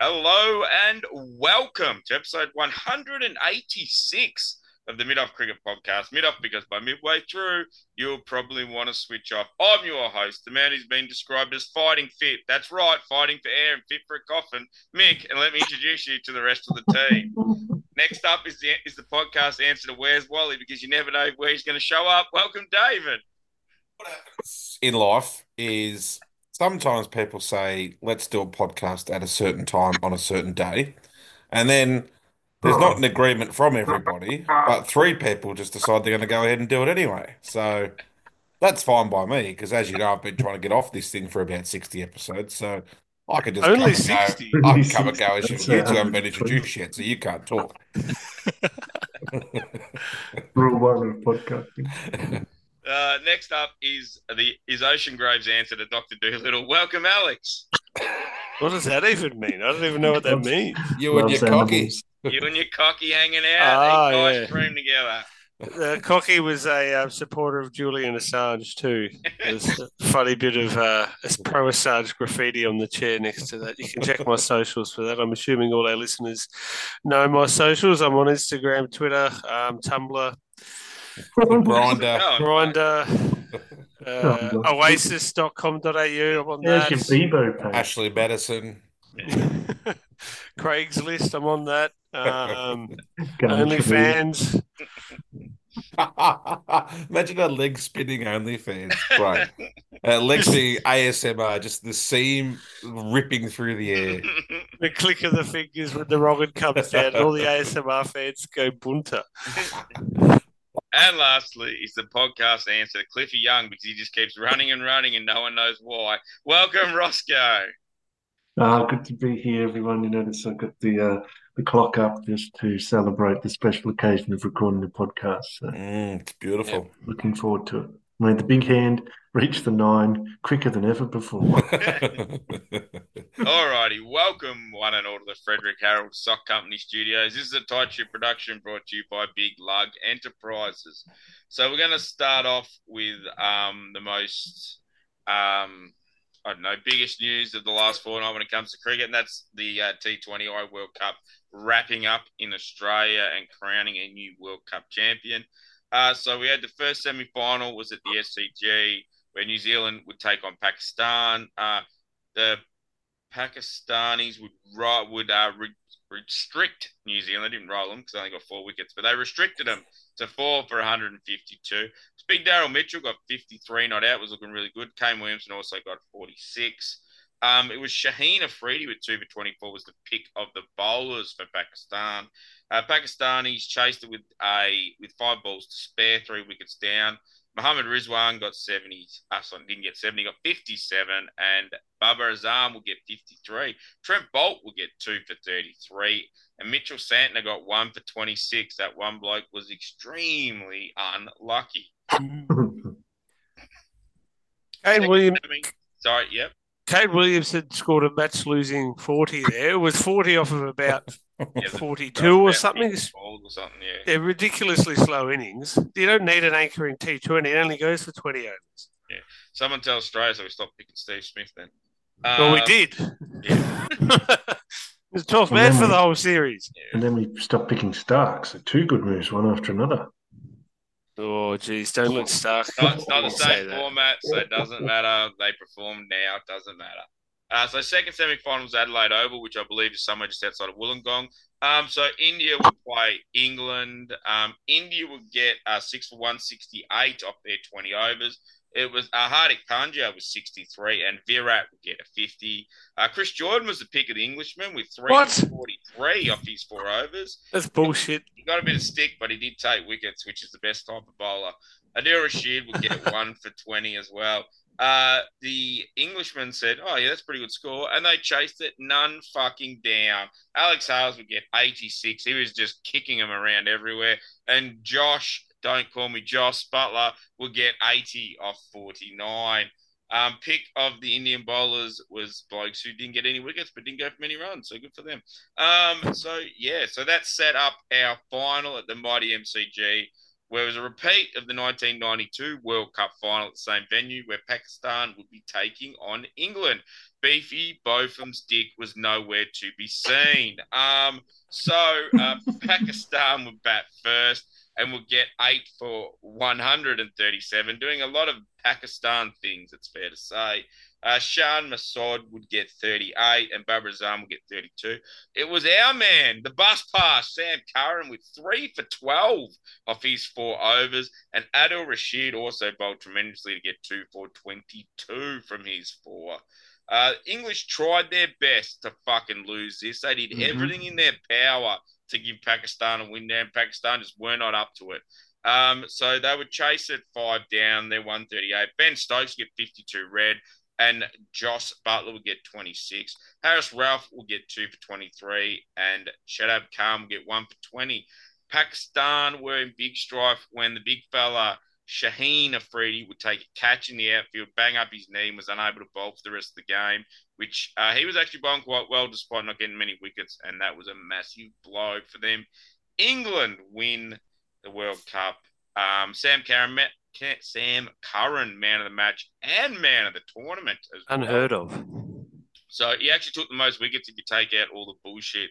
Hello and welcome to episode 186 of the Mid Off Cricket Podcast. Mid Off because by midway through, you'll probably want to switch off. I'm your host, the man who's been described as fighting fit. That's right, fighting for air and fit for a coffin, Mick. And let me introduce you to the rest of the team. Next up is the is the podcast answer to Where's Wally because you never know where he's going to show up. Welcome, David. What happens in life is sometimes people say, let's do a podcast at a certain time on a certain day. And then there's not an agreement from everybody, but three people just decide they're going to go ahead and do it anyway. So that's fine by me because, as you know, I've been trying to get off this thing for about 60 episodes. So I could just Only come and go. 60? I can come and go as you, That's you a two haven't been 120. introduced yet, so you can't talk. Rule one of podcasting. Uh, next up is the is Ocean Graves answer to Doctor Doolittle. Welcome, Alex. What does that even mean? I don't even know what that means. You and Loves your cocky. animals. You and your cocky hanging out, Ah, eating yeah. ice cream together. Uh, Cocky was a uh, supporter of Julian Assange too. There's a funny bit of uh, pro Assange graffiti on the chair next to that. You can check my socials for that. I'm assuming all our listeners know my socials. I'm on Instagram, Twitter, um, Tumblr, Grinder. No, Grinder, uh, Grindr. oasis.com.au. I'm on There's your that. Bebo page. Ashley Madison. Craigslist, I'm on that. Um, Going to be- OnlyFans. Imagine a leg spinning OnlyFans. Right. Uh, Lexi ASMR, just the seam ripping through the air. the click of the fingers when the wrong one comes down, all the ASMR fans go bunter. and lastly is the podcast answer to Cliffy Young because he just keeps running and running and no one knows why. Welcome, Roscoe. Ah, good to be here, everyone. You notice I've got the uh, the clock up just to celebrate the special occasion of recording the podcast. So Mm, it's beautiful. looking forward to it. Made the big hand reach the nine quicker than ever before. Alrighty, welcome one and all to the Frederick Harold Sock Company Studios. This is a tight ship production brought to you by Big Lug Enterprises. So we're going to start off with um, the most, um, I don't know, biggest news of the last fortnight when it comes to cricket, and that's the uh, T20I World Cup wrapping up in Australia and crowning a new World Cup champion. Uh, so we had the first semi-final was at the SCG where New Zealand would take on Pakistan. Uh, the Pakistanis would ro- would uh, re- restrict New Zealand. They didn't roll them because they only got four wickets, but they restricted them to four for 152. Big Daryl Mitchell got 53 not out, was looking really good. Kane Williamson also got 46. Um, it was Shaheen Afridi with 2 for 24 was the pick of the bowlers for Pakistan. Uh, Pakistanis chased it with a with five balls to spare, three wickets down. Mohammad Rizwan got 70. Uh, sorry, didn't get 70, got 57. And Baba Azam will get 53. Trent Bolt will get 2 for 33. And Mitchell Santner got 1 for 26. That one bloke was extremely unlucky. Kane Second William innings- Sorry, yep. Kane Williamson scored a match losing forty there. It was forty off of about Yeah, the- forty two or about something. 50 balls Or something, yeah. They're ridiculously slow innings. You don't need an anchor in T twenty, it only goes for twenty overs. Someone tell Australia so we stop picking Steve Smith then. well we Um, did. yeah. it was twelfth man for the whole series. And then we stopped picking Starks. So two good moves, one after another. Oh geez, don't look Stark. No, it's not the Say same that. format, so it doesn't matter. They perform now, it doesn't matter. Uh, so second semi-finals Adelaide Oval, which I believe is somewhere just outside of Wollongong. Um, so India will play England. Um, India will get uh, six for one sixty-eight off their twenty overs. It was uh, Hardik Pandya was sixty-three, and Virat will get a fifty. Uh, Chris Jordan was the pick of the Englishman with three What? for forty-three off his four overs. That's bullshit. He got a bit of stick, but he did take wickets, which is the best type of bowler. Adil Rashid would get one for 20 as well. Uh, the Englishman said, Oh, yeah, that's a pretty good score. And they chased it none fucking down. Alex Hales would get 86. He was just kicking them around everywhere. And Josh, don't call me Josh, Butler will get 80 off 49. Um, pick of the Indian bowlers was blokes who didn't get any wickets but didn't go for many runs. So good for them. Um, so yeah, so that set up our final at the mighty MCG. where it was a repeat of the 1992 World Cup final at the same venue where Pakistan would be taking on England. Beefy Botham's dick was nowhere to be seen. Um, so uh, Pakistan would bat first and would get eight for 137, doing a lot of Pakistan things, it's fair to say. Uh, Shan Masood would get 38 and Babar Azam would get 32. It was our man, the bus pass, Sam Curran, with three for 12 off his four overs. And Adil Rashid also bowled tremendously to get two for 22 from his four. Uh, English tried their best to fucking lose this. They did Mhm. everything in their power to give Pakistan a win there, and Pakistan just were not up to it. Um, so they would chase at five down. They're 138. Ben Stokes get 52 red and Joss Butler will get 26. Harris Ralph will get two for 23, and Shadab Khan will get one for 20. Pakistan were in big strife when the big fella Shaheen Afridi would take a catch in the outfield, bang up his knee, and was unable to bowl for the rest of the game. Which uh, he was actually bowling quite well despite not getting many wickets, and that was a massive blow for them. England win the World Cup. Um, Sam Curran, ma- Ca- Sam Curran, man of the match and man of the tournament. As well. Unheard of. So he actually took the most wickets if you take out all the bullshit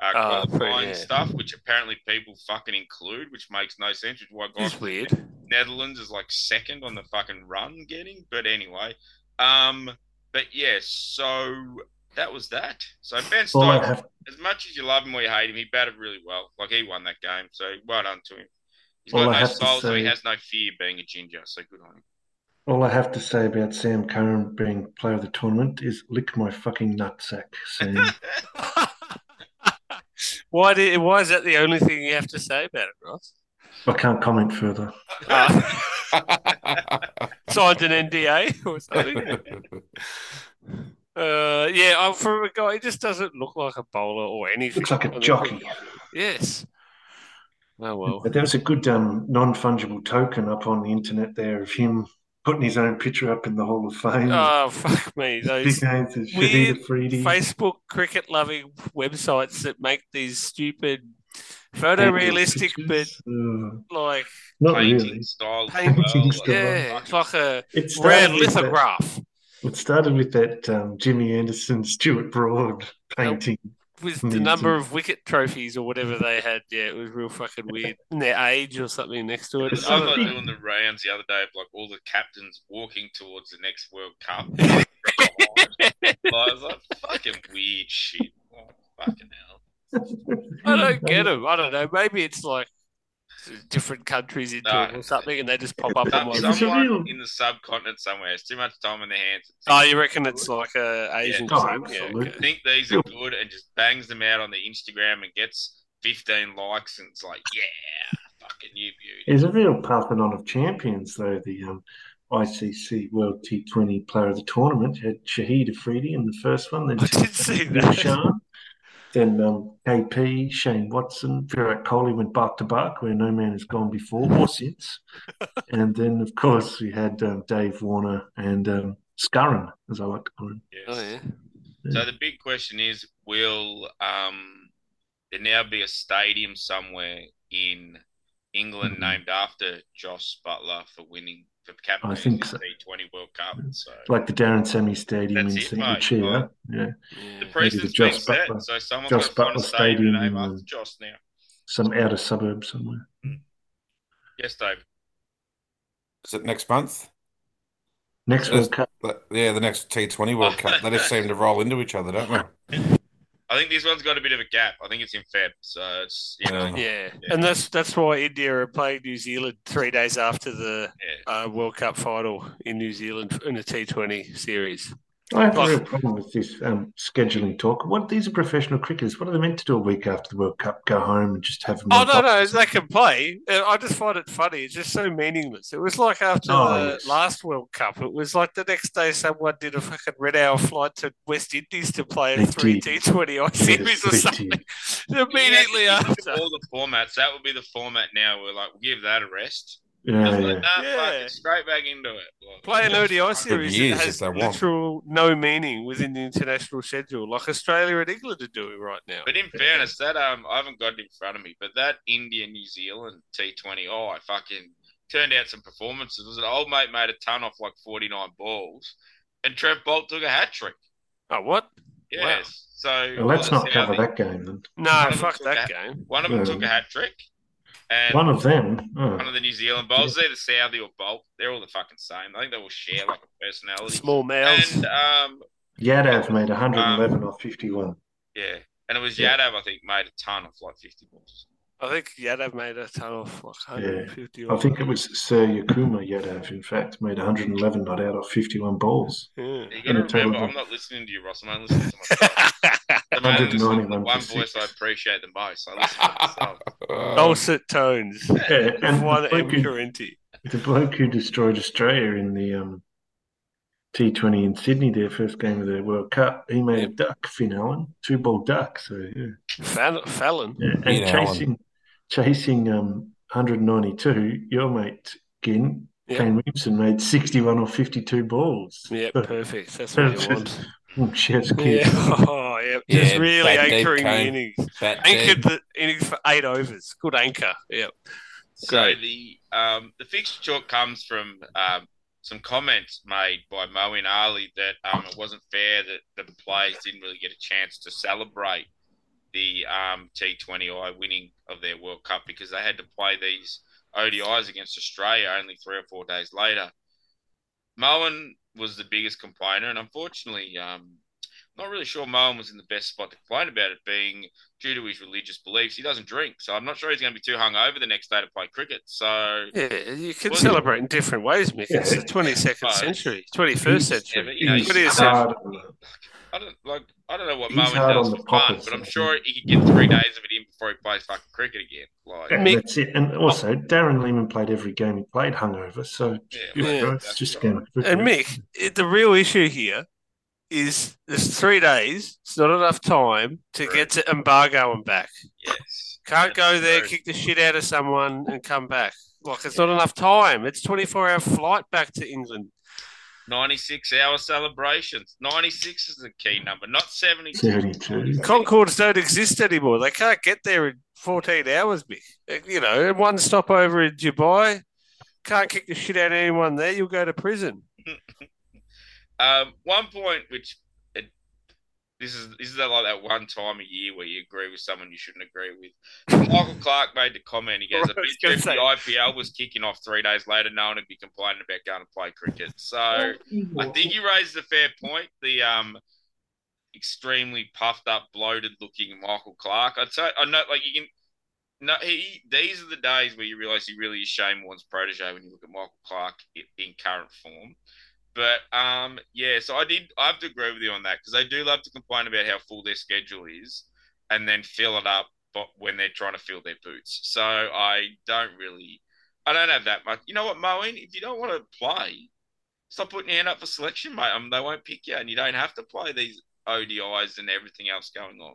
uh, Ah, pretty- qualifying yeah. stuff, which apparently people fucking include, which makes no sense. Which is why It's God, weird. Netherlands is like second on the fucking run getting. But anyway, um, but yeah, so that was that. So Ben All I Stokes, have, as much as you love him or you hate him, he batted really well. Like he won that game, so well done to him. He's All got I no have to soul, so he say- has no fear being a ginger. So good on him. all I have to say about Sam Curran being player of the tournament is lick my fucking nutsack, Sam. why did? Why is that the only thing you have to say about it, Ross? I can't comment further. Uh, signed an NDA or something. Uh, yeah, I'm from a guy. He just doesn't look like a bowler or anything. Looks like on a the jockey. wicket. Yes. Oh well. But there was a good um, non fungible token up on the internet there of him putting his own picture up in the Hall of Fame. Oh fuck me! Big Those names as weird Shahid Afridi. Facebook cricket loving websites that make these stupid photorealistic, but pictures. Uh, like not Painting really. style, as Painting well, uh, style. like, yeah, it's like a It rare started with that- lithograph It started with that um, Jimmy Anderson, Stuart Broad painting. with the Amazing. number of wicket trophies or whatever they had. Yeah, it was real fucking weird. And their age or something next to it. It's I sort of don't like know. doing the rounds the other day of like all the captains walking towards the next World Cup. Like, I was like, fucking weird shit. Like, fucking hell. I don't get them. I don't know. Maybe it's like different countries into No. it or something, and they just pop up on Some, It's one. someone surreal. in the subcontinent somewhere has too much time on their hands. Oh, you reckon it's like a Asian Yeah. Oh, thing? Yeah, absolutely. okay. think these are good and just bangs them out on the Instagram and gets 15 likes and it's like, yeah, fucking you beauty. There's a real Parthenon of champions, though. The um, ICC World T20 Player of the Tournament had Shahid Afridi in the first one, then I did see Then that. Sean, then um, KP, Shane Watson, Virat Kohli went bark to bark where no man has gone before or since. and then, of course, we had um, Dave Warner and um, Scurran, as I like to call him. Yes. Oh, yeah. So the big question is, will um, there now be a stadium somewhere in England Mhm. named after Joss Butler for winning for captain I think so. the T20 World Cup? So Like the Darren Sammy Stadium That's in it, mate. Singapore. Right. Yeah. Yeah. the precedent's been Jos set, Butler- so someone's got Jos to find a Butler stadium Stadium named in, after uh, Joss now. Some outer suburb somewhere. Yes, Dave. Is it next month? Next Yes. World Cup. But, yeah, the next T20 World Cup. They just seem to roll into each other, don't they? I think this one's got a bit of a gap. I think it's in Feb, so it's you know, Yeah. Yeah, and that's that's why India are playing New Zealand three days after the yeah. uh, World Cup final in New Zealand in a T20 series. I have a Like- real problem with this um, scheduling talk. What these are professional cricketers. What are they meant to do a week after the World Cup? Go home and just have a Oh month no, off? no, they can play. Uh, I just find it funny. It's just so meaningless. It was like after Oh, the yes. last World Cup. It was like the next day someone did a fucking red hour flight to West Indies to play a They three did. T20 I Yes, series or they something. did. Immediately Yeah, after. all the formats. That would be the format now. We're like, we'll give that a rest. Yeah, Just yeah. like, nah, fuck Yeah. it, straight back into it. Like, Play an ODI series years that if has they want. literal no meaning within the international schedule, like Australia and England are doing right now. But in fairness, that um, I haven't got it in front of me, but that India New Zealand T20, oh, I fucking turned out some performances. It was an old mate made a ton off like 49 balls, and Trev Bolt took a hat trick. Oh, what? Yes. So Well, let's one not of the cover Saudi- that game then. No, One of them fuck took that a- game. One of them Yeah. took a hat trick, and One of them. Oh. one of the New Zealand bowls, either Saudi or Bolt, they're all the fucking same. I think they all share like a personality. Small mouths. And um, Yadav made Um, 111 off 51. yeah, and it was Yeah. Yadav, I think, made a ton of like 50 balls. I think Yadav made a ton of like 150 I or think it was Sir Yakuma Yadav, in fact, made 111 not out off 51 balls. Yeah. You gotta And the remember, total- I'm not listening to you, Ross. I'm only listening to myself. I'm only listening to the 191 one to voice I six. appreciate the most. I listen to myself. Oh, Oh. Oh, Dulcet tones. Yeah, and one the bloke, M. who, Correnti. the bloke who destroyed Australia in the um, T20 in Sydney, their first game of the World Cup, he made a duck, Finn Allen, two ball duck. So, yeah. Fal- Fallon. Yeah, Finn and Allen. chasing, chasing um, 192, your mate, Ginn, Yeah. Kane Williamson made 61 or 52 balls. Yeah, perfect. That's what you want. Oh, chef's kiss. Yeah, oh, yeah. Just Yeah, really bad deep anchoring the cone. innings. That Anchored deep. the innings for eight overs. Good anchor. Yeah. So the um, the fixture chalk comes from um, some comments made by Mo and Ali that um, it wasn't fair that the players didn't really get a chance to celebrate the um, T20I winning of their World Cup because they had to play these ODIs against Australia only three or four days later. Moen was the biggest complainer, and unfortunately, um, not really sure Moen was in the best spot to complain about it, being due to his religious beliefs. He doesn't drink, so I'm not sure he's going to be too hungover the next day to play cricket. So, Yeah, you can Well, celebrate in different ways, Mick. It's the Yeah. 22nd Fine. century, 21st yeah, but, century. you know, He's What do you he's- say? hard on the- I don't like. I don't know what He's Moen hard does on for the fun, poppers, but I'm I sure he could get three days of it in before he plays fucking cricket again. Like, Yeah, Mick- that's it. And also, Darren Lehman played every game he played hungover, so yeah, you well, know, that's it's just right. going to And Mick, it, the real issue here is there's three days. It's not enough time to get to embargo and back. Yes, Can't go That's there, true. kick the shit out of someone, and come back. Like it's not enough time. It's 24 hour flight back to England. 96 hour celebrations. 96 is the key number, not 72. 72. Concords don't exist anymore. They can't get there in 14 hours, Mick. Uh, You know, and one stopover in Dubai. Can't kick the shit out of anyone there. You'll go to prison. Um, one point which it, this is this is like that one time a year where you agree with someone you shouldn't agree with. Michael Clark made the comment. He goes, I "A was bit gonna if the say. IPL was kicking off three days later, no one would be complaining about going to play cricket." So I think you raised a fair point. The um, extremely puffed up, bloated looking Michael Clark. I'd say I know, like you can. No, he. These are the days where you realise he really is Shane Warne's protege when you look at Michael Clark i- in current form. But um, yeah, so I did. I have to agree with you on that because they do love to complain about how full their schedule is, and then fill it up, but when they're trying to fill their boots. So I don't really, I don't have that much. You know what, Moen? If you don't want to play, stop putting your hand up for selection, mate. I mean, they won't pick you, and you don't have to play these ODIs and everything else going on,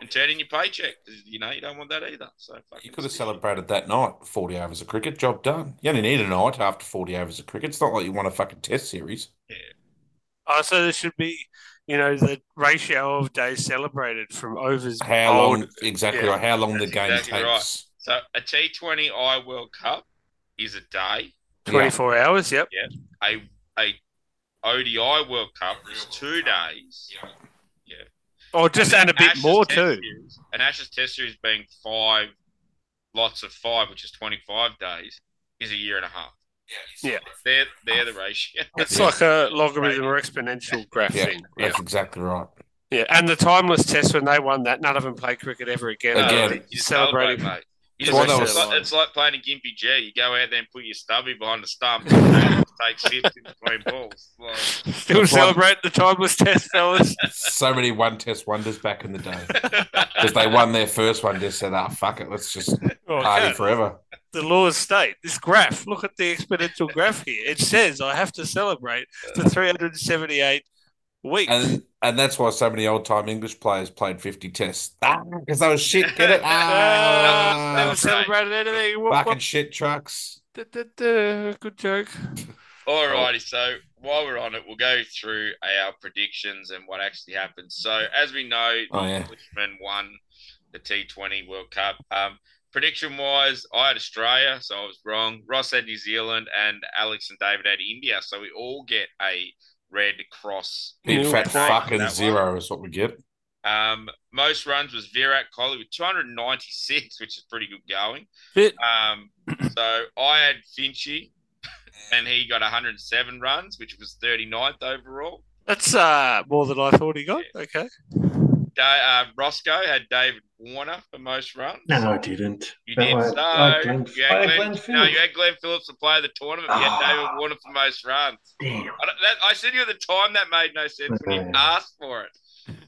and turn in your paycheck. 'cause, You know, you don't want that either. So You fucking could have sit. celebrated that night, 40 overs of cricket, job done. You only need a night after 40 overs of cricket. It's not like you won a fucking test series. Oh, so there should be, you know, the ratio of days celebrated from overs. How bowled. long exactly, yeah, or how long the Oh, that's game exactly right. takes. So a T20I World Cup is a day. 24 hours, yep. a a ODI World Cup is two days. Or just add a bit Ashes more, Test too. Series- an Ashes Test Series being five lots of five, which is twenty five days, is a year and a half. Yeah. They're they're the ratio. Uh, It's Yeah. like a logarithm or exponential graph Yeah, thing. Yeah. That's exactly right. yeah. And the timeless test, when they won that, none of them played cricket ever again. No, Again. you just Celebrating. celebrate, mate. You It's just- one of it's, those- like, it's like playing a gimpy G. You go out there and put your stubby behind the stump and take sips in between balls. Like, Still That's one- celebrate the timeless test, fellas. so many one test wonders back in the day because they won their first one. Just said, "Ah, fuck it, let's just Oh, party okay. forever." The laws state this graph. Look at the exponential graph here. It says I have to celebrate the 378 weeks. And And that's why so many old time English players played 50 tests. Ah, because they was shit. Get it? Ah, that Never was- celebrated anything. What, fucking what- shit trucks. da, da, da. Good joke. Alrighty, so while we're on it, we'll go through our predictions and what actually happened. So, as we know, Oh, yeah. Englishman won the T20 World Cup. Um, prediction wise, I had Australia, so I was wrong. Ross had New Zealand, and Alex and David had India, so we all get a red cross. Big Nil fat point for fucking that one. zero is what we get. Um, most runs was Virat Kohli with 296, which is pretty good going. Bit. Um, so I had Finchie, and he got 107 runs, which was 39th overall. That's uh, more than I thought he got. Okay. Da- uh, Roscoe had David Warner for most runs. No, I didn't. You No, did I- so. I had Glenn- you I had Glenn, had Glenn no, you Phillips. had Glenn Phillips to play the tournament. You had Ah. David Warner for most runs. Damn. I, don't- that, I said to you at the time that made no sense when you Okay. asked for it.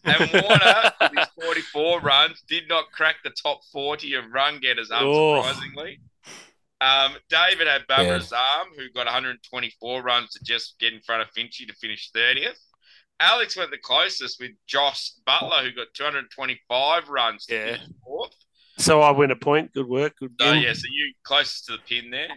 And Warner, with his 44 runs, did not crack the top 40 of run getters, Oh. unsurprisingly. Um, David had Babra's arm, who got 124 runs to just get in front of Finchie to finish 30th. Alex went the closest with Josh Butler, who got 225 runs to Yeah. finish fourth. So I win a point. Good work. Good So game. Oh, yeah, so you closest to the pin there.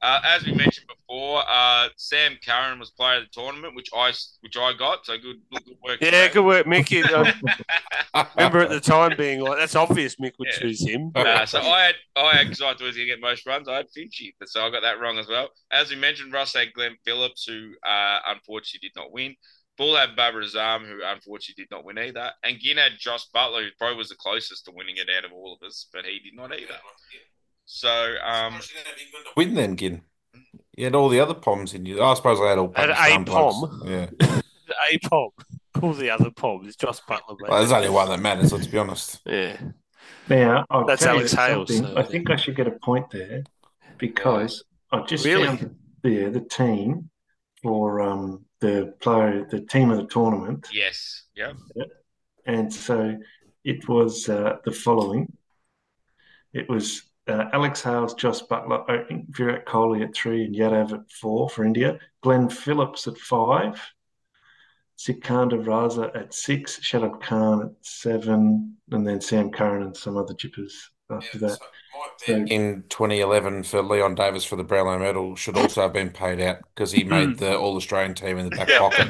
Uh, as we mentioned before, uh, Sam Curran was player of the tournament, which I which I got. So good, good work. Yeah, good work, Mick. You- I remember at the the time being like, that's obvious Mick would Yeah. choose him. Uh, so I had I had because I thought he was gonna get most runs. I had Finchie, but so I got that wrong as well. As we mentioned, Ross had Glenn Phillips, who uh, unfortunately did not win. Bull had Barbara Azam, who unfortunately did not win either. And Ginn had Josh Butler, who probably was the closest to winning it out of all of us, but he did not either. So um, win then, Gin. You had all the other poms in you. I suppose I had all Had a Pakistan blokes. pom. Yeah. A Pom. All the other Poms. Josh Butler, mate. Well, there's only one that matters, let's be honest. Yeah. Now, I'll That's tell you Alex Hales, something. so- I think I should get a point there because I just Really? found there the team for um, the player, the team of the tournament. yes, yeah, And so it was uh, the following. It was uh, Alex Hales, Josh Butler opening, Virat Kohli at three and Yadav at four for India, Glenn Phillips at five, Sikandar Raza at six, Shadab Khan at seven, and then Sam Curran and some other jippers after that. So, In 2011 for Leon Davis for the Brownlow medal should also have been paid out because he made the All Australian team in the back pocket.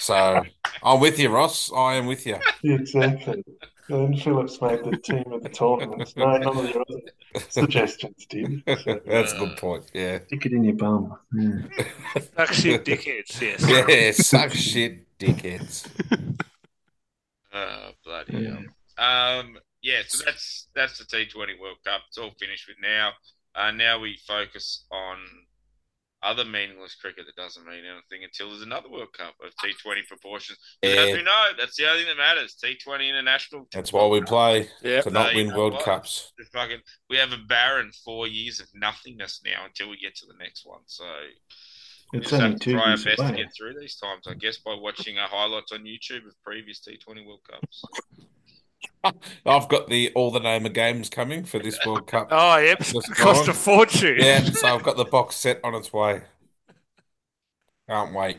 So I'm with you, Ross. I am with you. exactly. Glenn Phillips made the team of the tournament. No, none of your other suggestions did. So, That's a good point. Yeah. stick it in your bum. Yeah. Fuck shit, dickheads. Yes. Yeah, suck shit, dickheads. Oh, bloody Yeah. hell. Um, yeah, so that's that's the T20 World Cup. It's all finished with now. Uh, now we focus on other meaningless cricket that doesn't mean anything until there's another World Cup of T20 proportions. Because as Yeah. we know, that's the only thing that matters. T20 international. That's why we play Yep. to No, not you win know World what? Cups. The fucking, we have a barren four years of nothingness now until we get to the next one. So we It's just only have to two try our years best to away. get through these times, I guess, by watching our highlights on YouTube of previous T20 World Cups. I've got the all the name of games coming for this World Cup. Oh, yep. Just Cost a gone. fortune. Yeah, so I've got the box set on its way. Can't wait.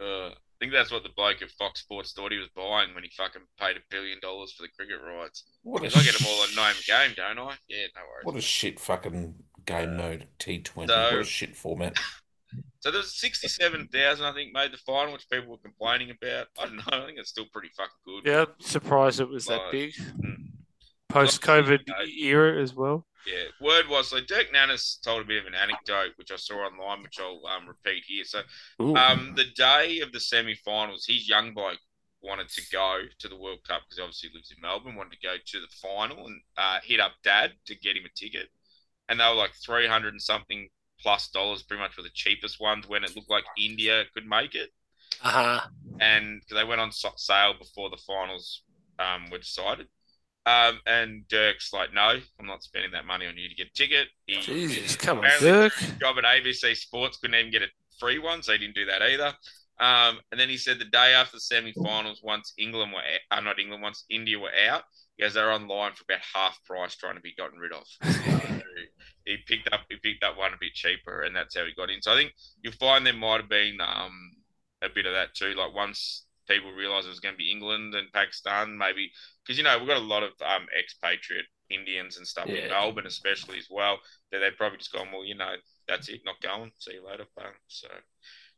Uh, I think that's what the bloke at Fox Sports thought he was buying when he fucking paid a billion dollars for the cricket rights. What a 'Cause I get them all on sh- name game, don't I? Yeah, no worries. What a shit fucking game mode T20. Uh, So- What a shit format. So there was sixty-seven thousand, I think, made the final, which people were complaining about. I don't know. I think it's still pretty fucking good. Yeah, surprised it was that Right. big. Mm. Post COVID No. era as well. Yeah. Word was so Dirk Nannis told a bit of an anecdote, which I saw online, which I'll um, repeat here. So Ooh. Um, the day of the semi-finals, his young bloke wanted to go to the World Cup because obviously he lives in Melbourne. Wanted to go to the final and uh, hit up dad to get him a ticket, and they were like three hundred and something plus dollars, pretty much were the cheapest ones when it looked like India could make it, uh-huh. and they went on so- sale before the finals um, were decided. Um, and Dirk's like, no, I'm not spending that money on you to get a ticket. He- Jesus, come on, Apparently- Dirk. job at ABC Sports couldn't even get a free one, so he didn't do that either. Um, and then he said the day after the semi-finals, once England were out, uh, not England, once India were out, he goes they were online for about half price trying to be gotten rid of. So he picked up he picked up one a bit cheaper, and that's how he got in. So I think you'll find there might have been um, a bit of that too. Like once people realised it was going to be England and Pakistan, maybe because you know we've got a lot of um, expatriate Indians and stuff in Yeah. Melbourne, especially as well. That they've probably just gone, well, you know, that's it, not going. See you later. Bang. So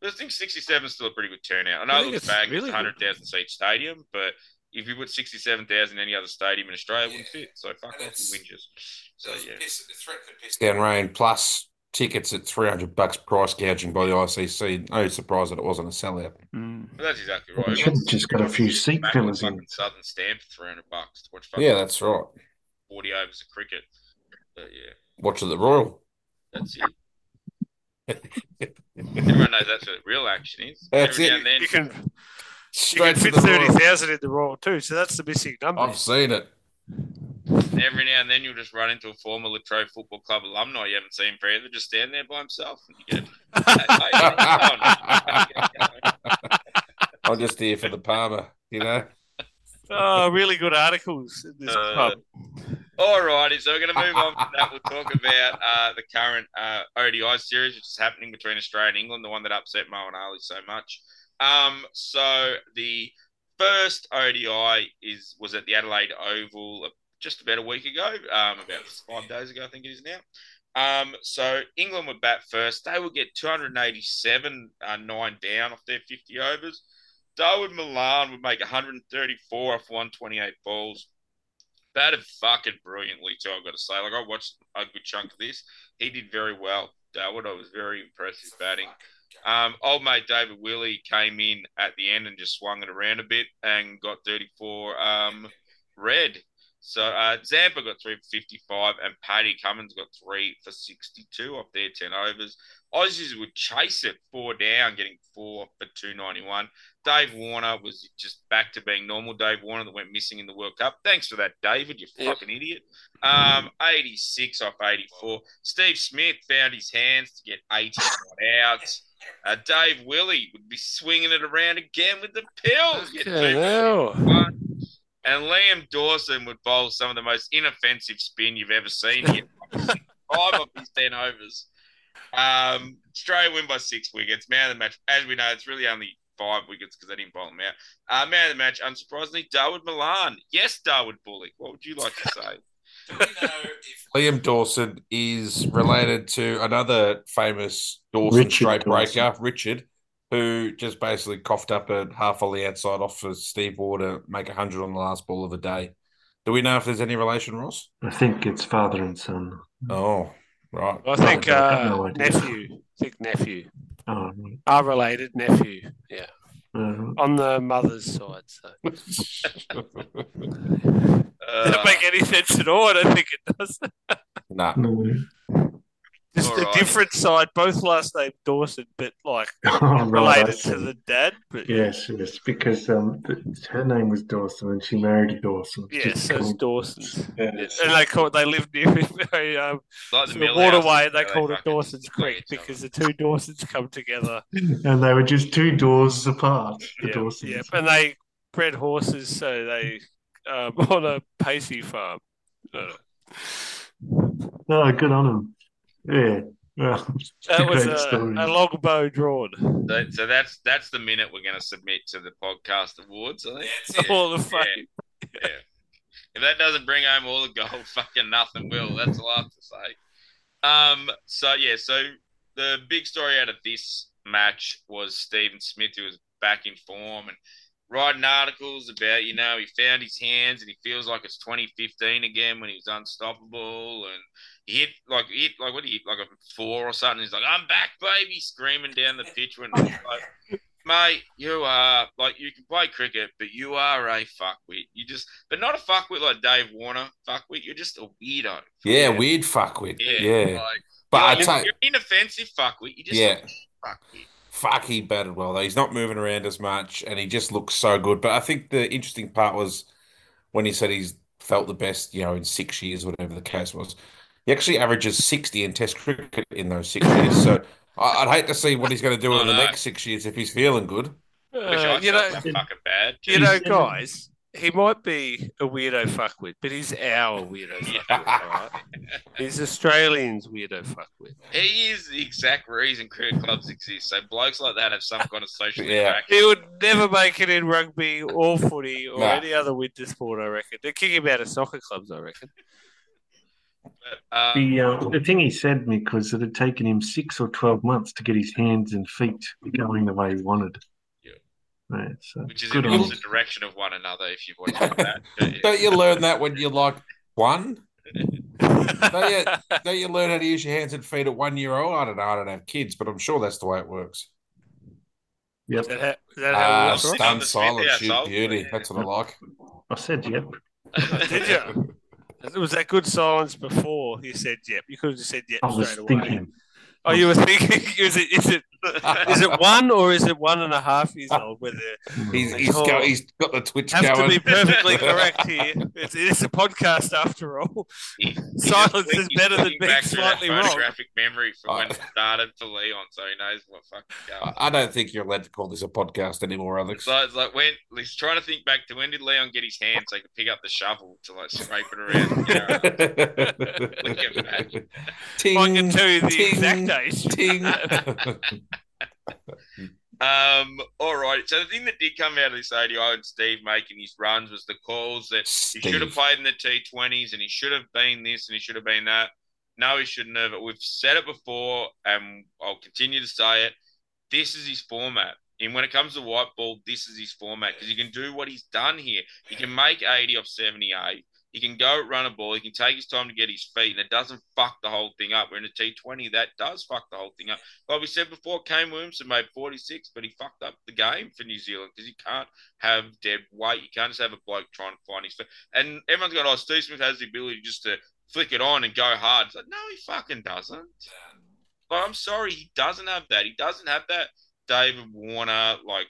but I think 67 is still a pretty good turnout. I know I it think looks it's bad 'cause really it's good. 100,000 seat stadium, but if you put 67,000 in any other stadium in Australia, it wouldn't fit. So fuck off, That's- you whinges. So yeah. Down rain plus tickets at 300 bucks price gouging by the ICC. No surprise that it wasn't a sellout. Hmm. But that's exactly right. Should've just got a few seat Back pillars fucking in. Southern stamp for 300 bucks to watch fucking Yeah, that's right. 40 overs of cricket. But yeah, Watch at the Royal. that's it. Everyone knows that's what real action is. That's Every it. now and then, You can, you Straight can to fit the Royal. 30,000 in the Royal too, so that's the missing number. I've seen it. every now and then you'll just run into a former Latrobe Football Club alumni you haven't seen forever, just stand there by himself. And you go, hey, mate, come on. I'm just here for the Palmer, you know. oh, really good articles in this Uh, club. All righty, so we're going to move on from that. We'll talk about uh, the current uh, ODI series, which is happening between Australia and England, the one that upset Mo and Ali so much. Um, so the first ODI is was at the Adelaide Oval uh, just about a week ago, um, about five days ago, I think it is now. Um, so England would bat first. They would get 287 uh, nine down off their 50 overs. Darwin Milan would make 134 off 128 balls. Batted fucking brilliantly too. I've got to say, like I watched a good chunk of this. He did very well. Darwin, I was very impressed with batting. Um, old mate David Willey came in at the end and just swung it around a bit and got 34 um, red. So uh, Zampa got three for 55 and Paddy Cummins got three for 62 off their 10 overs. Aussies would chase it four down, getting four for 291. Dave Warner was just back to being normal Dave Warner that went missing in the World Cup. Thanks for that, David, you Yep. fucking idiot. Um, 86 off 84. Steve Smith found his hands to get 80 outs. Uh, Dave Willey would be swinging it around again with the pills. Get two Okay, now. one. And Liam Dawson would bowl some of the most inoffensive spin you've ever seen. He had Five of his ten overs. Um, Australia win by six wickets. Man of the match. As we know, it's really only five wickets because they didn't bowl them out. Uh, man of the match, unsurprisingly, Darwood Milan. Yes, Darwood Bullock. What would you like to say? Liam Dawson is related to another famous Dawson Richard straight Dawson. breaker, Richard, who just basically coughed up a half on the outside off for Steve Ward to make 100 on the last ball of the day. Do we know if there's any relation, Ross? I think it's father and son. Oh, right. I think uh, No idea. nephew. I think nephew. Oh, right. Are related nephew. Yeah. Uh, On the mother's side. So. Does Uh, that make any sense at all? I don't think it does. nah. no. Just All a right. different side. Both last name Dawson, but like Oh, right, I related to see. the dad. But Yes, yes, because um, th- her name was Dawson and she married Dawson. yeah, so it's Dawson's. Yes. And they call they live near a, um, like the Millhouse, waterway. They you know, called it fucking Dawson's play Creek each other. because the two Dawsons come together. And they were just two doors apart, the Yeah, Dawsons. yeah, and they bred horses, so they um, on a pacey farm. Uh, Oh, good on them. Yeah. Well, it's a That was uh, great a, story. a long bow drawn. So, so that's that's the minute we're going to submit to the podcast awards. I think. Yeah. All the fame. If that doesn't bring home all the gold, fucking nothing will. That's all I have to say. Um. So yeah. So the big story out of this match was Stephen Smith, who was back in form and writing articles about you know he found his hands and he feels like it's 2015 again when he was unstoppable and he hit like he hit like what he hit like a four or something. He's like I'm back, baby, screaming down the pitch when like, mate, you are like you can play cricket, but you are a fuckwit. You just, but not a fuckwit like Dave Warner. Fuckwit, you're just a weirdo. Yeah, weird fuckwit. Yeah. like, But I you're, take you're inoffensive fuckwit. You just Yeah. fuckwit. fuck, he batted well though. He's not moving around as much, and he just looks so good. But I think the interesting part was when he said he's felt the best, you know, in six years, whatever the case was. He actually averages 60 in Test cricket in those six years. So I- I'd hate to see what he's going to do I in the know. next six years if he's feeling good. Which Uh, I you know, fucking bad. you Is know, there- guys. he might be a weirdo fuckwit, but he's our weirdo fuckwit. all right? He's Australians weirdo fuckwit. He is the exact reason cricket clubs exist. So blokes like that have some kind of social Yeah. interaction. He would never make it in rugby or footy or Nah. any other winter sport. I reckon they kick him out of soccer clubs. I reckon. But, um, The, uh, the thing he said, Mick, was that it had taken him six or 12 months to get his hands and feet going the way he wanted. Yeah. Right, so which is good in on opposite him. direction of one another. If you've watched that, Don't you learn that when you're like one? Don't you, don't you learn how to use your hands and feet at one year old? I don't know. I don't have kids, but I'm sure that's the way it works. Yep. Is that how, is that how Ah, it works? sta- stunned silence, you Yeah, beauty. yeah. That's what I like. I said yep. Did you? It was that good silence before you said yep. You could have just said yep I was straight away. thinking. Oh, you were thinking? Is it is it is it one or is it one and a half years old? Whether He's, Like, he's, oh. go, he's got the twitch have to going. be perfectly correct here. It's, it's a podcast after all. He- he Silence just is he's better than looking being back to that slightly wrong. Photographic memory from when Oh. it started for Leon, so he knows what fucking going. I I don't think you're allowed to call this a podcast anymore, Alex. So it's like when he's trying to think back to when did Leon get his hand so he could pick up the shovel to like scrape it around. the yard? at that. ting, I can tell you the ting, exact age. ting. um, all right. So the thing that did come out of this ADI and Steve making his runs was the calls that he should have Steve. played in the T20s and he should have been this and he should have been that. No, he shouldn't have. We've said it before and I'll continue to say it. This is his format. And when it comes to white ball, this is his format because he can do what he's done here. He can make 80 off 78. He can go run a ball. He can take his time to get his feet, and it doesn't fuck the whole thing up. We're in a T20 that does fuck the whole thing up. Like we said before, Kane Williamson made 46, but he fucked up the game for New Zealand because you can't have dead weight. You can't just have a bloke trying to find his feet. And everyone's going, oh, Steve Smith has the ability just to flick it on and go hard. It's like, no, he fucking doesn't. Like, I'm sorry, he doesn't have that. He doesn't have that David Warner, like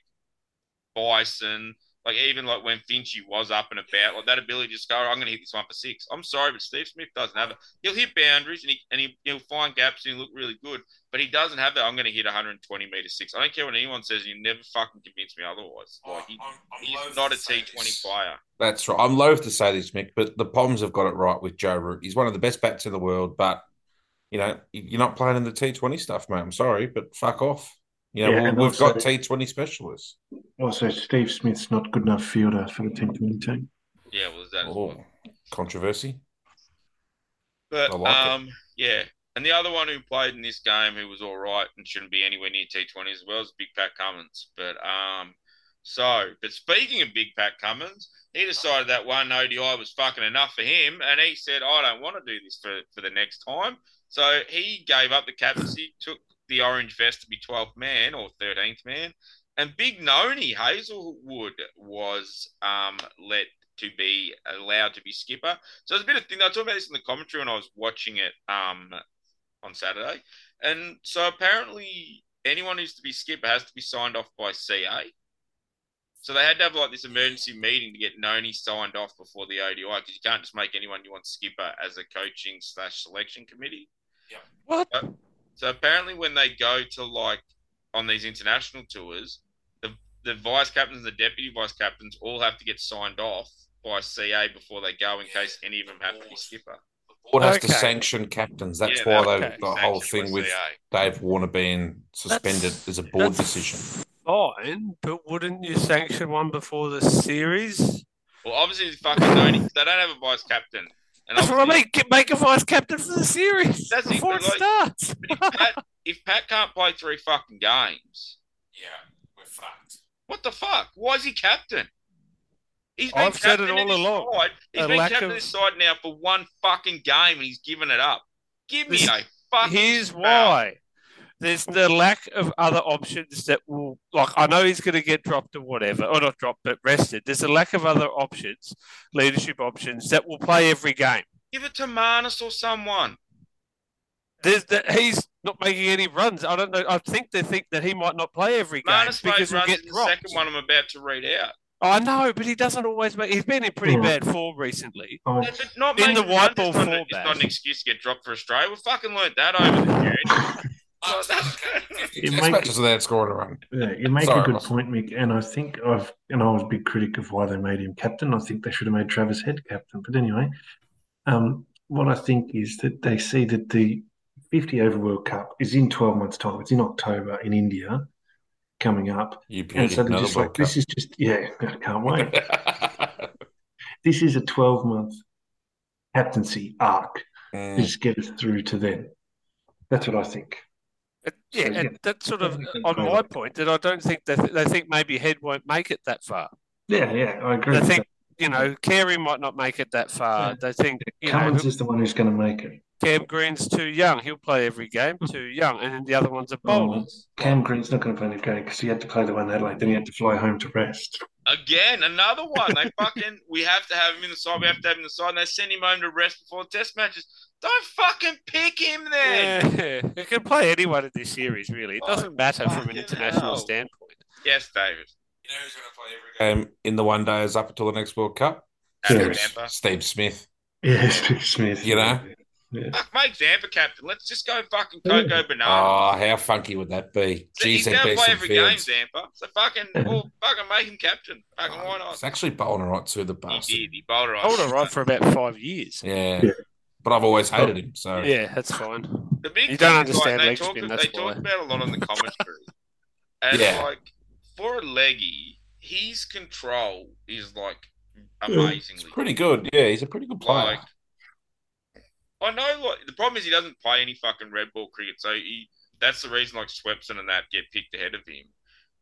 Bison, like even like when Finchy was up and about, like that ability to just go, I'm going to hit this one for six. I'm sorry, but Steve Smith doesn't have it. He'll hit boundaries and, he, and he, he'll find gaps and he'll look really good, but he doesn't have that. I'm going to hit 120 meter six. I don't care what anyone says. You never fucking convince me otherwise. Like he, he's not a T20 player. That's right. I'm loath to say this, Mick, but the Poms have got it right with Joe Root. He's one of the best bats in the world, but you know you're not playing in the T20 stuff, mate. I'm sorry, but fuck off. You know Yeah, we- and we've also- got T20 specialists. Also, Steve Smith's not good enough fielder for the T20 team. Yeah, well, that as well. Oh, controversy. But I like it. um, yeah. And the other one who played in this game who was all right and shouldn't be anywhere near T20 as well is Big Pat Cummins. But um, so, but speaking of Big Pat Cummins, he decided that one ODI was fucking enough for him, and he said, "I don't want to do this for for the next time." So he gave up the captaincy, took the orange vest to be 12th man or 13th man, and Big Noni Hazelwood was um let to be allowed to be skipper. So there's a bit of thing. I talked about this in the commentary when I was watching it um, on Saturday, and so apparently anyone who's to be skipper has to be signed off by CA. So they had to have like this emergency meeting to get Noni signed off before the ODI because you can't just make anyone you want skipper as a coaching slash selection committee. What? So apparently, when they go to like on these international tours, the the vice captains and the deputy vice captains all have to get signed off by CA before they go in case any of them have to be skipper. Board has to Okay. sanction captains. That's Yeah, why that- they, the okay. whole Sanctioned by thing with CA. Dave Warner being suspended That's- is a board that's decision. Fine, but wouldn't you sanction one before the series? Well, obviously, it's fucking Tony. They don't have a vice captain. And That's what I obviously- mean. Get, make a vice captain for the series That's it, before it but like- starts. But if Pat, if Pat can't play three fucking games, Yeah, we're fucked. what the fuck? Why is he captain? He's I've said it captain of all this along. Side. He's A been lack captain of of- this side now for one fucking game, and he's given it up. Give me This- a fucking. Here's spell. why. There's the lack of other options that will, like, I know he's going to get dropped or whatever, or not dropped, but rested. There's a lack of other options, leadership options that will play every game. Give it to Marnus or someone. There's that he's not making any runs. I don't know. I think they think that he might not play every game Marnus made because he'll runs get in the dropped. second one I'm about to read out. I know, but he doesn't always make. He's been in pretty Yeah. bad form recently. Oh, Yeah, but not In making the white runs is ball not, an- it's format. not an excuse to get dropped for Australia. We fucking learnt that over the period. Oh, no. It Six might- matches without scoring a run. Yeah, you make Sorry, a good Russell. point, Mick. And I think I've and I was a big critic of why they made him captain. I think they should have made Travis Head captain. But anyway, um, what I think is that they see that the 50 over World Cup is in 12 months' time. It's in October in India, coming up, You and beauty, so they're another just like, World Cup. this is just yeah, I can't wait. Mm, this is a 12 month captaincy arc. Mm. Just get us through to then. That's what I think. It- Yeah, So, yeah. and that's sort of Definitely on control my it. point that I don't think they, th- they think maybe Head won't make it that far. Yeah, yeah, I agree. They with think, you know, Carey might not make it that far. Yeah. They think, that. you know, Cummins is the one who's going to make it. Cam Green's too young. He'll play every game, too young. And then the other one's a Hmm. Oh, bowler. Cam Green's not going to play any game because he had to play the one in Adelaide, then he had to fly home to rest. Again, another one. They fucking we have to have him in the side. We have to have him in the side. And they send him home to rest before test matches. Don't fucking pick him then. Yeah, it can play anyone in this series, really. It doesn't matter from an fucking international hell. standpoint. Yes, David. You know who's going to play every game Um, in the one day is up until the next World Cup? Adam Yes. Zampa. Steve Smith. Yeah, Steve Smith. You know? Yeah. Fuck, make Zampa captain. Let's just go fucking Coco Banana. Oh, how funky would that be? He's Geez, going they'd to be play some every fields. game, Zampa. So fucking, well, fucking make him captain. Fucking, why Oh, not? It's actually bowling right to the bastard. He did. He bowled right. I would have run for about five years. Yeah. Yeah. But I've always hated him, so Yeah, that's fine. The big thing You don't is, like, understand they leg talk, spin, they that's talk why. about a lot on the commentary. and Yeah. like for a leggy, his control is like amazingly. it's pretty good. Yeah, he's a pretty good player. Like, I know like the problem is he doesn't play any fucking red ball cricket, so he that's the reason like Swepson and that get picked ahead of him.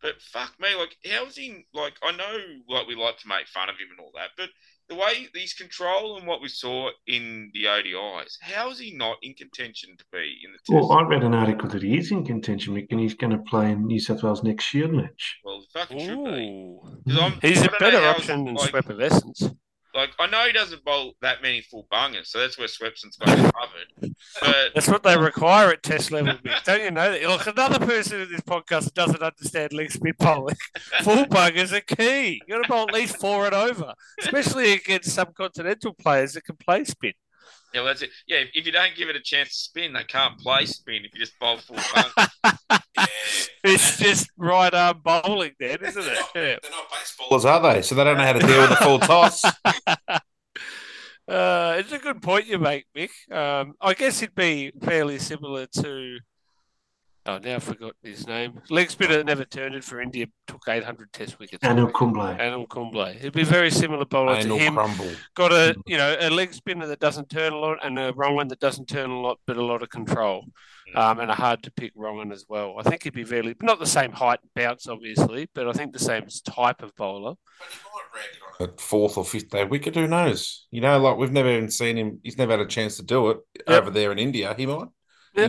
But fuck me, like how's he like I know like we like to make fun of him and all that, but the way he's control and what we saw in the ODIs, how is he not in contention to be in the test? Well, I read an article that he is in contention, Mick, and he's going to play in New South Wales next Shield match. Well, he fucking should be. Ooh. 'Cause I'm- He's I a don't know better how- option than like- Sweep of Essence. Like I know he doesn't bowl that many full bungers, so that's where Swepson's got it covered. But That's what they require at test level. Mick. Don't you know that? Look, another person in this podcast that doesn't understand leg spin bowling. Full buggers are key. You've got to bowl at least four and over, especially against some continental players that can play spin. yeah, that's it. Yeah, if, if you don't give it a chance to spin, they can't play spin. If you just bowl full bungers, It's just right arm bowling, then, isn't it? Yeah. not baseballers, are they? So they don't know how to deal with a full toss. Uh, it's a good point you make, Mick. Um, I guess it'd be fairly similar to. Oh, now I've forgotten his name. Leg spinner that never turned it for India took 800 test wickets. Anil Kumble. Anil Kumble. It'd be very similar bowler to Anal him. crumble. Got a you know a leg spinner that doesn't turn a lot and a wrong one that doesn't turn a lot, but a lot of control, um, and a hard to pick wrong one as well. I think he'd be fairly not the same height and bounce, obviously, but I think the same type of bowler. A fourth or fifth day wicket, who knows? You know, like we've never even seen him. He's never had a chance to do it Yep. over there in India. He might. Yep.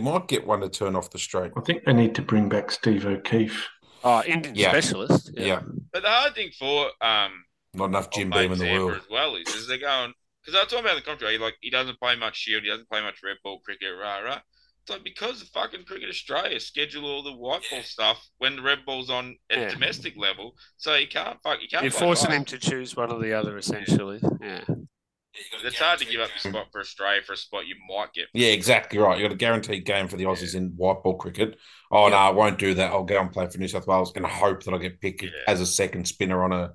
He might get one to turn off the straight. I think they need to bring back Steve O'Keefe. Oh, Indian Yeah. specialist. Yeah. but the hard thing for um Not enough Jim old mate Beam in the Zampa world. as well is, is they're going because I was talking about in the commentary like he doesn't play much shield, he doesn't play much red ball cricket, rah rah. It's like because the fucking Cricket Australia schedule all the white ball stuff when the red ball's on at Yeah. domestic level, so he can't fuck. He can't. You're play forcing fast. him to choose one or the other, essentially. Yeah. It's hard to give up your spot for Australia for a spot you might get. Yeah, exactly right. You got a guaranteed game for the Aussies in white ball cricket. Oh no, I won't do that. I'll go and play for New South Wales and hope that I get picked Yeah. as a second spinner on a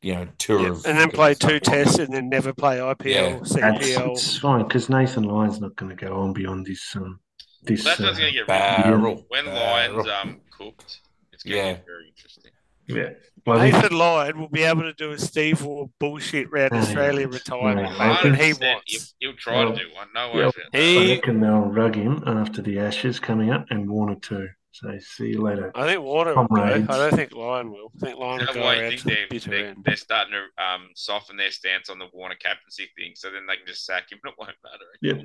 you know tour Yeah. of And then play two tests and then never play IPL, Yeah. That's CPL. it's fine because Nathan Lyon's not going to go on beyond this. Um, this That's what's uh, going to get written. Barrel. When barrel. Lions um cooked, it's going to Yeah. get very interesting. yeah. Well, I think- Nathan Lyon will be able to do a Steve War bullshit round Oh, Yeah. Australia retirement. Yeah. That's what he 100% he'll- wants. He'll try Well, to do one. No yeah. worries. about that. I He, reckon they'll rug him after the Ashes coming up and Warner too. So see you later. I think Warner will go. I Comrades. don't think Lyon will. I think Lyon will That's go why I around think to the they, bitter they, end. they're starting to um, soften their stance on the Warner captaincy thing, so then they can just sack him. It won't matter. Yeah.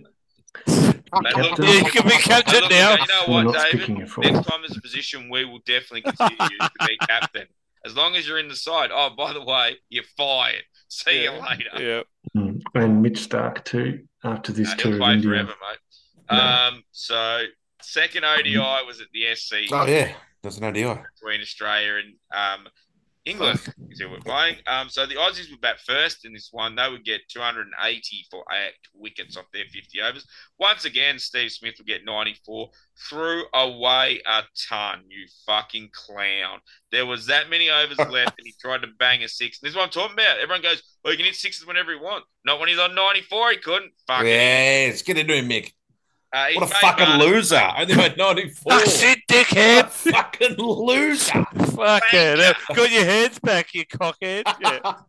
They look- Captain. Yeah, you can be Hey, captain look, now. You know We're what, not David? speaking it for Next time there's a position, we will definitely consider you to be captain. As long as you're in the side. Oh, by the way, you're fired. See you Yeah. later. Yeah. Mm. And Mitch Stark too after this Uh, tour he'll of play India. forever, mate. No. Um, so second ODI was at the SC Oh, Oh yeah, that's an idea. between Australia and um, England is who we're playing. Um, so the Aussies would bat first in this one. They would get 280 for eight wickets off their 50 overs. Once again, Steve Smith would get 94. Threw away a ton, you fucking clown. There was that many overs left, and he tried to bang a six. This is what I'm talking about. Everyone goes, "Well, he can hit sixes whenever he wants." Not when he's on 94, he couldn't. Fuck it. Yes, get into it, Mick. Uh, he What a made fucking Martin- loser. Only made 94. That's it, What a dickhead. fucking loser. Fuck it. Uh, Got your hands back, you cockhead. Yeah.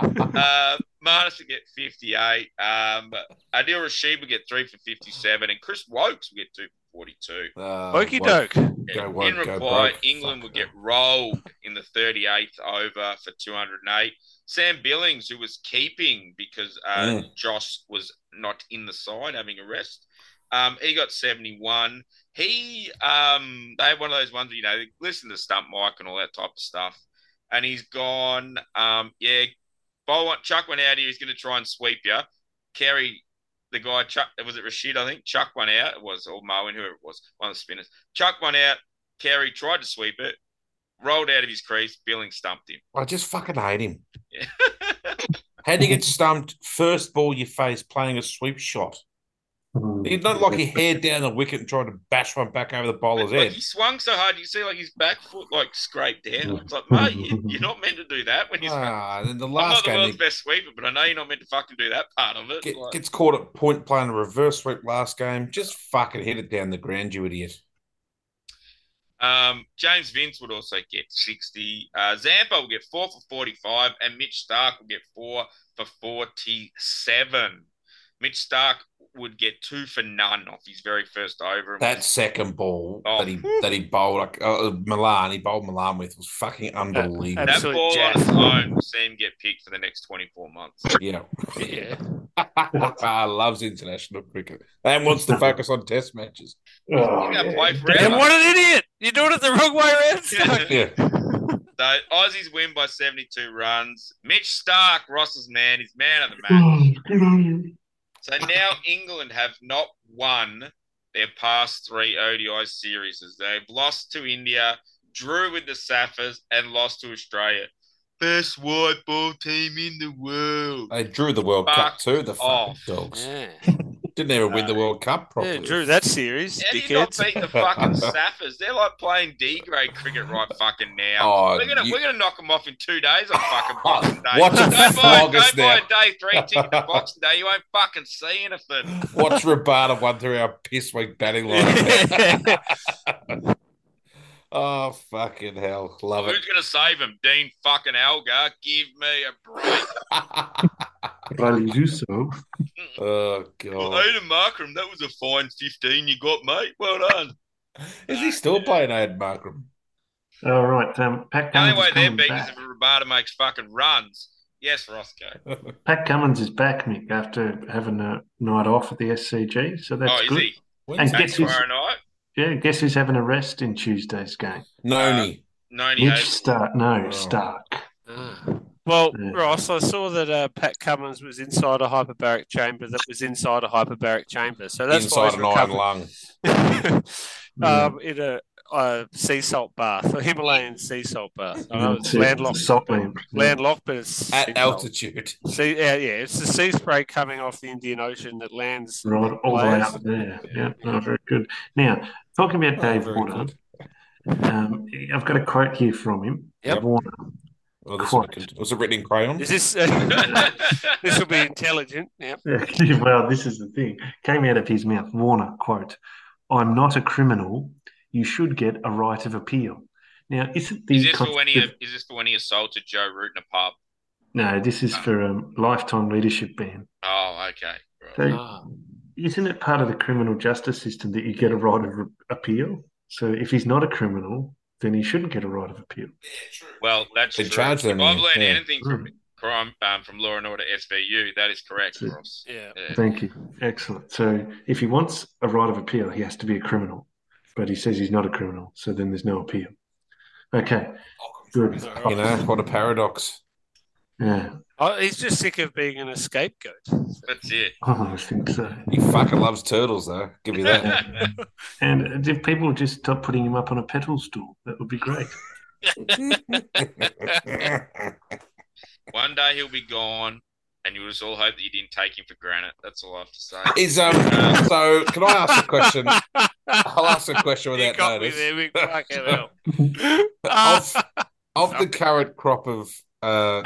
Uh, Marnus would get 58. Um, Adil Rashid would get three for 57, and Chris Wokes would get two for 42. Uh, Okey what- doke. Go In woke, go reply, broke. England Fuck would get rolled in the 38th over for 208. Sam Billings, who was keeping because uh, Mm. Josh was not in the side having a rest, um, he got 71. He, um, they had one of those ones, where, you know, they listen to Stump Mike and all that type of stuff. And he's gone, um, yeah, bowl one, chuck one out here. He's going to try and sweep you. Kerry, the guy, Chuck, was it Rashid, I think? Chuck one out. It was, or Moen, whoever it was, one of the spinners. Chuck one out. Carey tried to sweep it, rolled out of his crease. Billings stumped him. I just fucking hate him. Yeah. How do you get stumped first ball you face playing a sweep shot? Hmm. He not like he head down the wicket and tried to bash one back over the bowler's Like, head. he swung so hard, you see, like his back foot like scraped down. It's like, mate, you, you're not meant to do that when you're. Ah, and then the I'm not last the game world's he best sweeper, but I know you're not meant to fucking do that part of it. get, Like, gets caught at point playing a reverse sweep last game. Just fucking hit it down the ground, you idiot. um, James Vince would also get 60. Uh, Zampa will get four for 45, and Mitch Stark will get four for 47. Mitch Stark would get two for none off his very first over. and was That second ball Oh. that he that he bowled like uh, Milan, he bowled Milan with was fucking unbelievable. That Absolute ball jack. on its own will see him get picked for the next 24 months. yeah, yeah. Ah, loves international cricket and wants to focus on test matches. Oh, He's going to yeah. play forever. And what an idiot! You're doing it the wrong way around. Stark. Yeah, So Aussies win by 72 runs. Mitch Stark, Ross's man, he's man of the match. Oh, good on you. So now England have not won their past three ODI series. They've lost to India, drew with the Saffers, and lost to Australia. Best white ball team in the world. they drew the World Cup Fuck too. The fucking off. dogs Yeah. didn't even win the World Cup properly. yeah, Drew, that series, How do you not dickheads. beat the fucking Saffers? They're like playing D grade cricket right fucking now. Oh, We're gonna you- we're gonna knock them off in two days on fucking Boxing Day. Watch don't it buy, flog us don't buy now. a day three ticket to Boxing Day. You won't fucking see anything. watch Rabada one through our piss week batting line. Yeah. oh fucking hell, love it. Who's gonna save him? Dean fucking Algar. Give me a break. Bloody Zuso. oh Well, god, Aidan Markram, that was a fine fifteen you got, mate. Well done. is he still playing Ad Markram? All right, um, Pat the only Cummins way is they're coming beat is back. if Rabada makes fucking runs. Yes, Roscoe. Pat Cummins is back, Mick, after having a night off at the SCG, so that's oh, is good. he? When's And Back get that? his- tomorrow night. Yeah, guess who's having a rest in Tuesday's game? Noni. Ninety Mitch eight. Stark. No, Oh. Stark. Well, Yeah. Ross, I saw that uh, Pat Cummins was inside a hyperbaric chamber that was inside a hyperbaric chamber. So Uh, that's why inside he's an iron recovered. lung. Uh, um, in a, a sea salt bath, a Himalayan sea salt bath. I know it's That's it. landlocked, Salt lamp. landlocked, but it's sea At salt. altitude. Sea, uh, yeah, it's the sea spray coming off the Indian Ocean that lands. Right, all the way Players. up there. Yeah, no, very good. Now, talking about Oh, Dave very Warner, good. um, I've got a quote here from him. Yep. Warner. Oh, this Quite. one- was it written in Mm. crayon? Is this? Uh, this will be intelligent. Yep. well, this is the thing. Came out of his mouth. Warner, quote, I'm not a criminal. You should get a right of appeal. Now, isn't the Is this for when he concept- is this for when he assaulted Joe Root in a pub? No, this is for um, lifetime leadership ban. Oh, okay. Right. So, Ah. isn't it part of the criminal justice system that you get a right of appeal? So, if he's not a criminal, then he shouldn't get a right of appeal. Well, that's They true. charge them, If I've yeah. learned Yeah. anything from crime um, from Law and Order SVU, that is correct, True. Ross. Yeah. Yeah. Thank you. Excellent. So if he wants a right of appeal, he has to be a criminal. But he says he's not a criminal, so then there's no appeal. Okay. Good. You know, what a paradox. Yeah. Oh, he's just sick of being a scapegoat. That's it. Oh, I think so. He fucking loves turtles, though. Give you that. And if people would just stop putting him up on a pedal stool, that would be great. One day he'll be gone, and you'll just all hope that you didn't take him for granted. That's all I have to say. Is um Uh, so can I ask a question? I'll ask a question you without got me notice. there, Mick. Fucking hell. Of, of the current crop of uh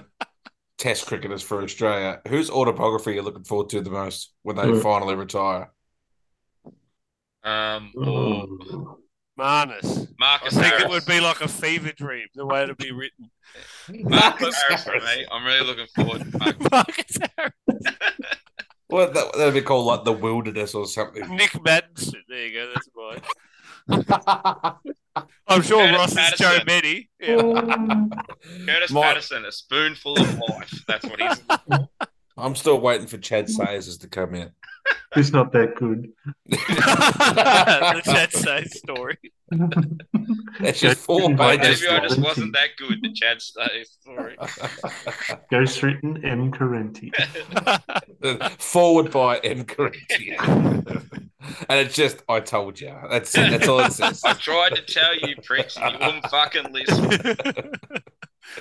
Test cricketers for Australia, whose autobiography are you looking forward to the most when they Hmm. finally retire? um, or Oh. Marnus. I Marcus think Harris. it would be like a fever dream, the way it'd be written. Marcus Harris for me. I'm really looking forward to Marcus. Marcus Harris. Well, that, that'd be called like the wilderness or something. Nick Madison. There you go. That's mine. I'm sure Curtis Ross is Joe Patterson. Meddy. Yeah. Curtis My- Patterson, a spoonful of life. That's what he's. I'm still waiting for Chad Sayers to come in. It's not that good. the Chad Sayers story. That's just four Maybe I pages. Maybe I just lost. wasn't that good. The Chad stays. Sorry. Ghost written M. Carenti. long. Forward by M. Corinthian. and it's just, I told you. That's it. That's all it says. I tried to tell you, pricks, and you wouldn't fucking listen.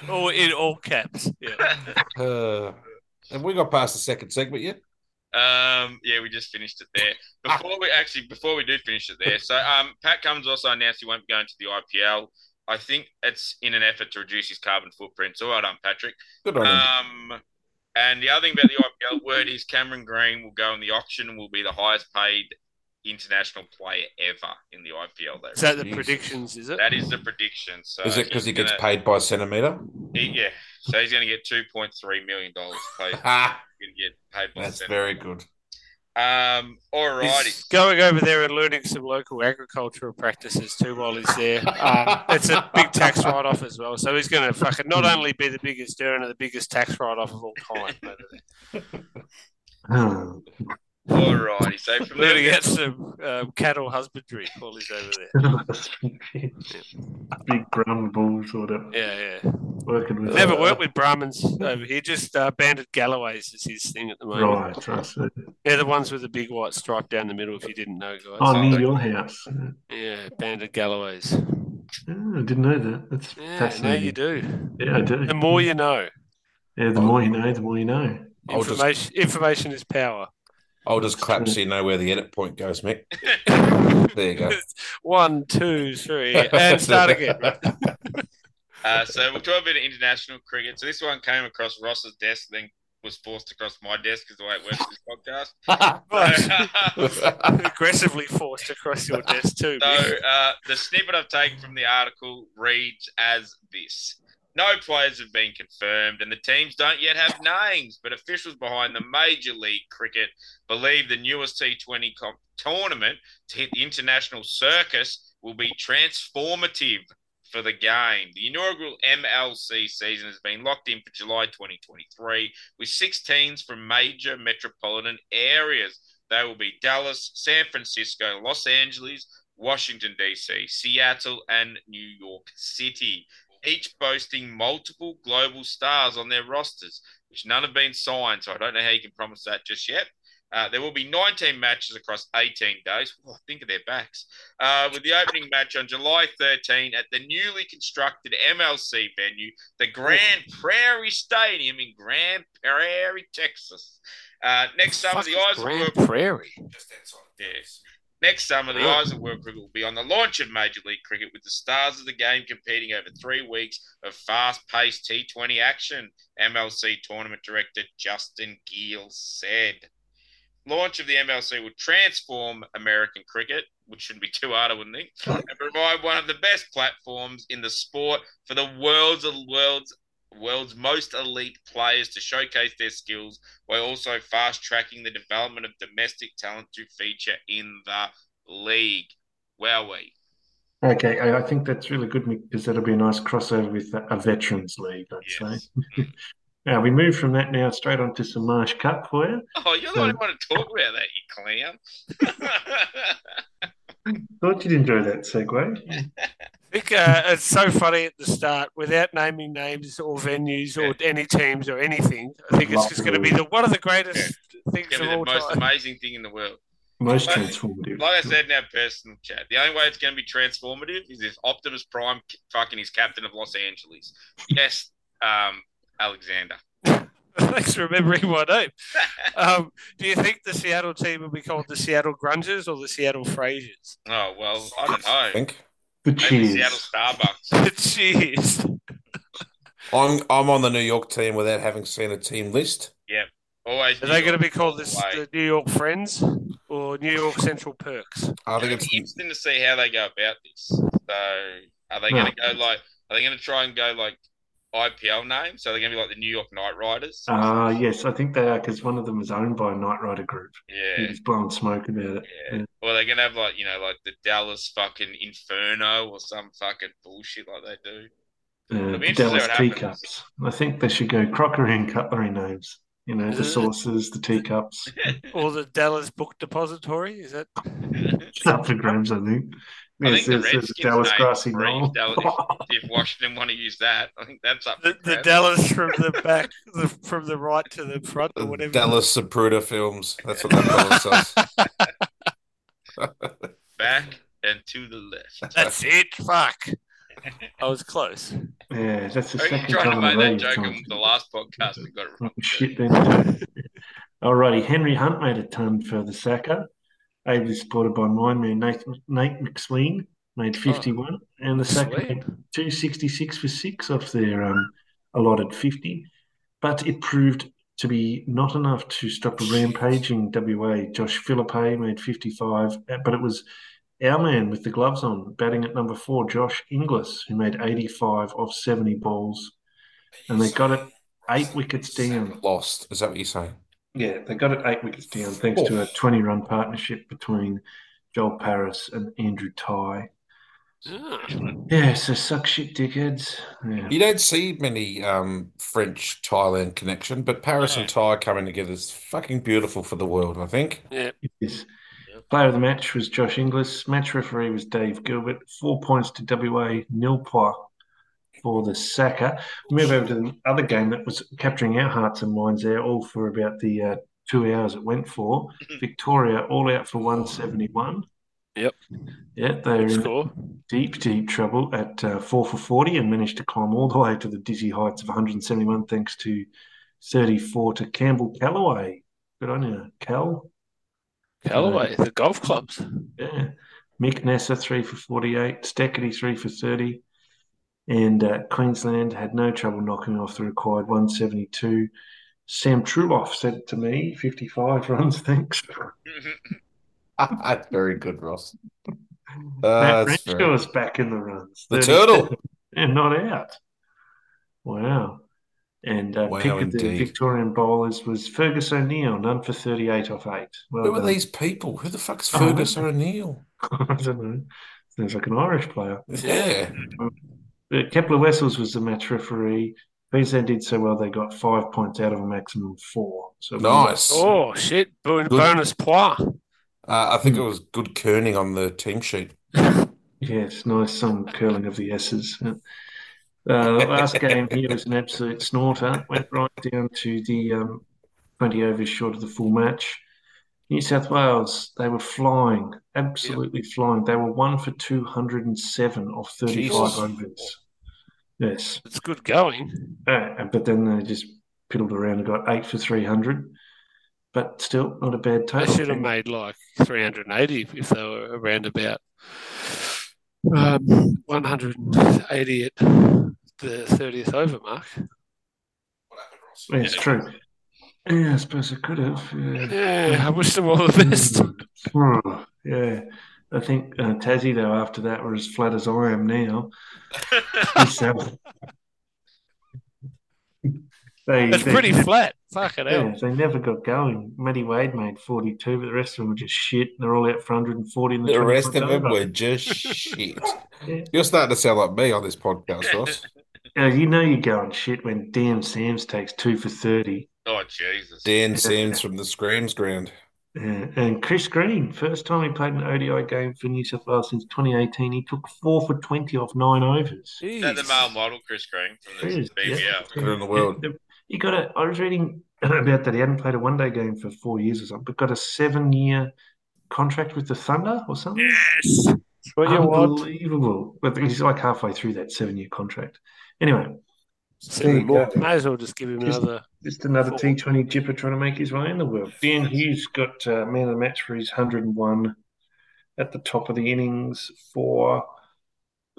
or in all caps. Yeah. Uh, have we got past the second segment yet? Um, yeah, we just finished it there. Ah. Before we actually, before we do finish it there, so um, Pat Cummins also announced he won't be going to the IPL. I think it's in an effort to reduce his carbon footprint. So well done, um, Patrick. Good on him. Uh, Um, and the other thing about the IPL word is Cameron Green will go in the auction and will be the highest paid international player ever in the IPL. That, Is that the Jesus. predictions? Is it? that is the prediction. So Is it because he he's gets gonna- paid by centimetre? he- yeah. So he's going to get two point three million dollars paid. He's Ah, gonna get paid by that's Senate. very good. Um, all righty. He's going over there and learning some local agricultural practices too while he's there. Uh, it's a big tax write-off as well, so he's going to fucking not only be the biggest earner, the biggest tax write-off of all time. over there. Oh, All righty. So from there, we Learning go- out some um, cattle husbandry while he's over there. Big ground balls or that Yeah, yeah. working with Never worked with Brahmins over here. Just uh, banded Galloways is his thing at the moment. Right, I see. They're the ones with the big white stripe down the middle. If you didn't know, guys. Oh, near okay. your house. Yeah, banded Galloways. Oh, I didn't know that. That's Yeah, now fascinating. you do. Yeah, I do. The more you know. yeah, Oh. the more you know, the more you know. I'll just- Information, information is power. I'll just clap so you know where the edit point goes, Mick. There you go. One, two, three, and start again. Right? Uh, so we'll talk a bit of international cricket. So this one came across Ross's desk, then was forced across my desk because the way it works with this podcast. So, Aggressively forced across your desk too. So Mick. uh, the snippet I've taken from the article reads as this. No players have been confirmed, and the teams don't yet have names. But officials behind the Major League Cricket believe the newest T20 comp- tournament to hit the international circus will be transformative for the game. The inaugural MLC season has been locked in for July 2023 with six teams from major metropolitan areas. They will be Dallas, San Francisco, Los Angeles, Washington, D.C., Seattle, and New York City, each boasting multiple global stars on their rosters, which none have been signed. So I don't know how you can promise that just yet. Uh, there will be 19 matches across 18 days. Oh, think of their backs. Uh, with the opening match on July 13 at the newly constructed MLC venue, the Grand Prairie Stadium in Grand Prairie, Texas. Uh, next summer, Fuck the is Eyes will Grand Prairie. Yes. Next summer, the Wow. Eyes of World Cricket will be on the launch of Major League Cricket with the stars of the game competing over three weeks of fast paced T20 action, MLC tournament director Justin Giel said. Launch of the MLC will transform American cricket, which shouldn't be too hard, I wouldn't think, and provide one of the best platforms in the sport for the world's world's world's most elite players to showcase their skills we're also fast tracking the development of domestic talent to feature in the league. Wowie. Okay, I, I think that's really good because that'll be a nice crossover with a, a veterans league, I'd Yes. say. Now we move from that now straight on to some Marsh Cup for you. Oh, you're the one who want to talk about that, you clown. Thought you'd enjoy that segue. I think uh, it's so funny at the start without naming names or venues or any teams or anything. I think it's just going to be the one of the greatest things It's going to of be the all most time. amazing thing in the world. Most transformative. Like I said in our personal chat, the only way it's going to be transformative is if Optimus Prime k- fucking is captain of Los Angeles. Yes, um, Alexander. Thanks for remembering my name. Um, do you think the Seattle team will be called the Seattle Grungers or the Seattle Frasiers? Oh well, I don't know. I think the Maybe Seattle cheers. Starbucks. Cheers. I'm I'm on the New York team without having seen a team list. Always. Are they going to be called the, the New York Friends or New York Central Perks? I think It'll be it's interesting to see how they go about this. So, are they Yeah. going to go like? Are they going to try and go like IPL names? So they're going to be like the New York Knight Riders. Ah, yes, I think they are because one of them is owned by a Knight Rider group. Yeah. He's blowing smoke about it. Yeah. Yeah. Or they're gonna have like you know like the Dallas fucking Inferno or some fucking bullshit like they do. Uh, It'll be the interesting Dallas what happens. teacups. I think they should go crockery and cutlery names. You know, the Uh. Is it- saucers, the teacups. Or the Dallas Book Depository? Is that It's up for grabs, I think. I Yes, think the there's- there's Redskins Dallas name grassy free knoll. Dallas- If Washington want to use that, I think that's up. the, for the grabs. Dallas from the back, the, from the right to the front, or the whatever? Dallas Sapruda films. That's what they call themselves. back and to the left. That's it. Fuck. I was close. Yeah, that's the I think second you tried to time make in a row that you've joke gone on through the that. last podcast and got it wrong. Fucking Shit, then. Alrighty, Henry Hunt made a ton for the Saka, ably supported by mine man Nate, Nate McSween, made 51, and the Saka Sweet. made 266 for six off their um, allotted 50. But it proved to be not enough to stop a rampaging WA. Josh Philippe made 55, uh, but it was our man with the gloves on, batting at number four, Josh Inglis, who made 85 off 70 balls. And they got it eight wickets down. Lost. Is that what you're saying? Yeah, they got it eight wickets down thanks to a 20 run partnership between Joel Paris and Andrew Ty. Ah, Yeah, so suck shit, dickheads. Yeah. You don't see many um, French Thailand connection, but Paris and Thai coming together is fucking beautiful for the world. I think. Yes. Player of the match was Josh Inglis. Match referee was Dave Gilbert. Four points to WA, nil point for the Saka. Move over to the other game that was capturing our hearts and minds there, all for about the uh, two hours it went for. Victoria all out for 171. Yep. Yeah, they're in Score. deep, deep trouble at uh, four for 40 and managed to climb all the way to the dizzy heights of 171 thanks to 34 to Campbell Callaway. Good on you, Cal. Callaway, the golf clubs. Yeah. Mick Nasser, three for 48. Stackety, three for 30. And uh, Queensland had no trouble knocking off the required 172. Sam Truloff said to me, 55 runs, thanks. That's very good, Ross. Matt Uh, That's very- Renshaw's back in the runs. The 37. turtle. and not out. Wow. And uh, Wow, pick of the indeed. Victorian bowlers was Fergus O'Neill, none for 38 off 8. Well Who are done. these people? Who the fuck's Oh, I don't Fergus O'Neill? I don't know. Sounds like an Irish player. Yeah. But Kepler Wessels was the match referee. Queensland did so well, they got five points out of a maximum of four. So Nice. Oh, shit. Bo- Good. Bonus point. Uh, I think it was good kerning on the team sheet. Yes, nice some curling of the S's. Uh, the last game here was an absolute snorter. Went right down to the um, 20 overs short of the full match. New South Wales, they were flying, absolutely flying. They were one for 207 off 35 Jesus. overs. Yes. It's good going. Uh, but then they just piddled around and got eight for 300. But still, not a bad They total. should have made like 380 if they were around about um, 180 at the 30th over mark. Yeah, it's true. Yeah, I suppose it could have. Yeah. Yeah, I wish them all the best. Hmm, Yeah, I think uh, Tassie though after that were as flat as I am now. So- they, It's they, pretty flat. Fucking hell. yeah, they never got going. Matty Wade made forty two, but the rest of them were just shit. They're all out for hundred and forty in the The rest of 24th them over. were just shit. Yeah. You're starting to sound like me on this podcast, Ross. Uh, you know you're going shit when Dan Sams takes two for thirty. oh Jesus! Dan Sims from the Screams Ground. Uh, and Chris Green, first time he played an ODI game for New South Wales since 2018, he took four for 20 off nine overs. Is that the Jeez. male model Chris Green from It the is, BBL? yeah. Good in the world. He got a. I was reading about that. He hadn't played a one day game for four years or something, but got a seven year contract with the Thunder or something? Yes. That's what you want. Unbelievable. But he's like halfway through that seven year contract. Anyway, There you go. May as well just give him Just- another. just another T20 jipper trying to make his way in the world. Dan Hughes got uh, man of the match for his 101 at the top of the innings for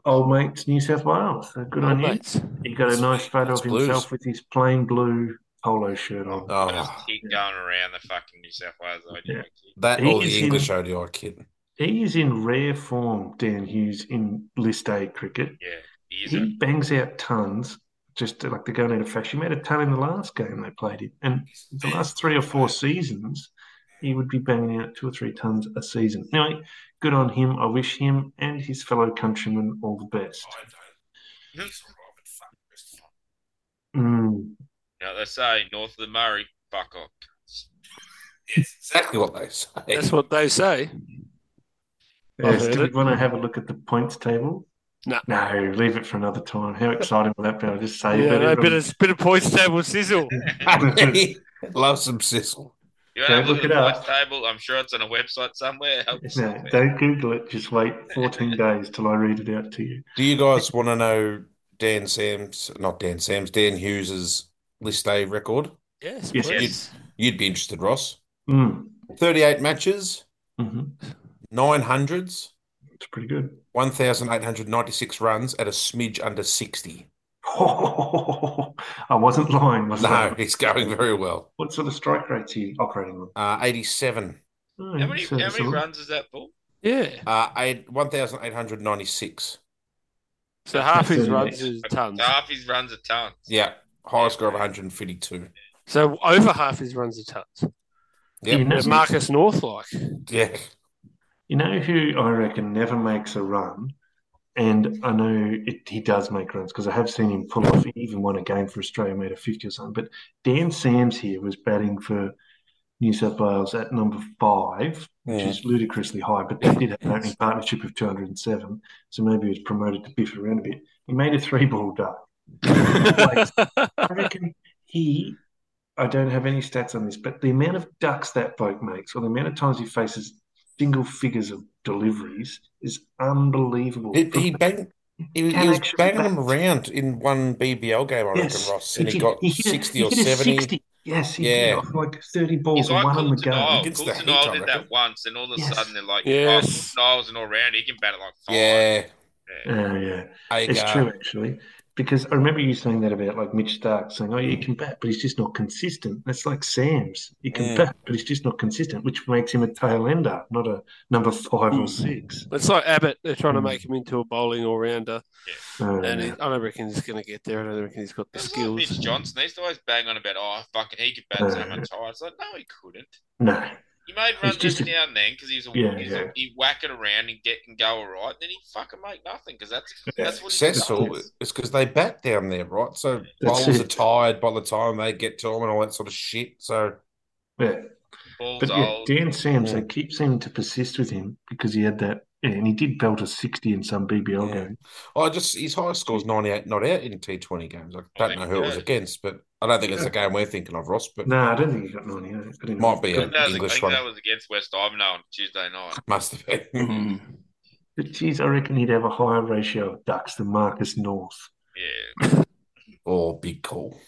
old mates New South Wales. So good on you. Mates. He got a nice photo That's of himself with his plain blue polo shirt on. Oh, Keep going around the fucking New South Wales idea. that or the He's in- English ODI kid. He is in rare form, Dan Hughes, in List A cricket. Yeah, he is He bangs out tons, just like the going out of fashion. He made a ton in the last game they played him. And the last three or four seasons, he would be banging out two or three tons a season. Anyway, good on him. I wish him and his fellow countrymen all the best. a. Mm. Now they say north of the Murray, fuck off. Exactly what they say. That's what they say. I've Yes, heard do we it. want to have a look at the points table? No. No, leave it for another time. How exciting will that be? I'll just say Yeah, that no, everyone- bit of bit of points table sizzle. Love some sizzle. You want to have a Don't look at look the it up. price table? I'm sure it's on a website somewhere. No, don't Google it. Just wait 14 days till I read it out to you. Do you guys want to know Dan Sam's, not Dan Sam's, Dan Hughes's list A record? Yes, Yes, please. You'd be interested, Ross. Mm. 38 matches, hmm 900s, It's pretty good. 1,896 runs at a smidge under 60. I wasn't lying, was No, I? it's going very well. What sort of strike rates are you operating on? Uh, 87, Oh, How many, how many serviceable. runs is that for? Yeah. uh, eight, 1,896. So half his Thirty runs minutes. is tons. So half his runs are tons. Mm. Yeah, highest score of 152. So over half his runs are tons. You Yep. know, It's Marcus North like. Yeah. you know who I reckon never makes a run, and I know it, he does make runs because I have seen him pull off. He even won a game for Australia, made a fifty or something. But Dan Sams here was batting for New South Wales at number five, which Yeah. is ludicrously high, but they did have an opening partnership of 207, so maybe he was promoted to biff around a bit. He made a three ball duck. I reckon he, I don't have any stats on this, but the amount of ducks that bloke makes or the amount of times he faces single figures of deliveries is unbelievable. He, he banged. He, Can he was actually banging bat. them around in one BBL game, I Yes, reckon, Ross, and he did. got hit a- 60 he or hit a 70. 60. Yes, he Yeah. did off like 30 balls He's and like Oh, one on Cool the go. Denial. Against Cool the Denial heat, I did reckon. that once, and all of a Yes. sudden they're like, Yes. yes. oh, Cool Denial's an all rounder. He can bat it like five. Yeah, uh, Yeah. Oh, yeah. It's Agar. true, actually, because I remember you saying that about like Mitch Stark saying, "Oh, yeah, he can bat, but he's just not consistent." That's like Sam's. He can Mm. bat, but he's just not consistent, which makes him a tail ender, not a number five or six. it's like Abbott. They're trying to make him into a bowling all rounder. Oh, And he, yeah. I don't reckon he's going to get there. I don't reckon he's got the It's like Mitch skills. Johnson. They used to always bang on about, oh, fucking, he could bat so much higher. It's like, no, he couldn't. no, He made runs just every a- now and then because he's a, Yeah, he's yeah. a he whack it around and get and go all right, and then he fucking make nothing because that's that's what he Successful. does. It's because they bat down there, right? So That's bowlers it. are tired by the time they get to them and all that sort of shit. So yeah. Balls But yeah, old. Dan Sams, Yeah. they keep seeming to persist with him because he had that, yeah, and he did belt a sixty in some BBL Yeah. game. I oh, just his highest score's 98 not out in T20 games. I Oh, don't know there who you it was go. against, but I don't think it's the game we're thinking of, Ross, but No, I don't think he got ninety eight. But anyway, might be I think an that was, I English think one. that was against West Ivanhoe on Tuesday night. Must have been. Mm-hmm. But geez, I reckon he'd have a higher ratio of ducks than Marcus North. Yeah, Oh, big call.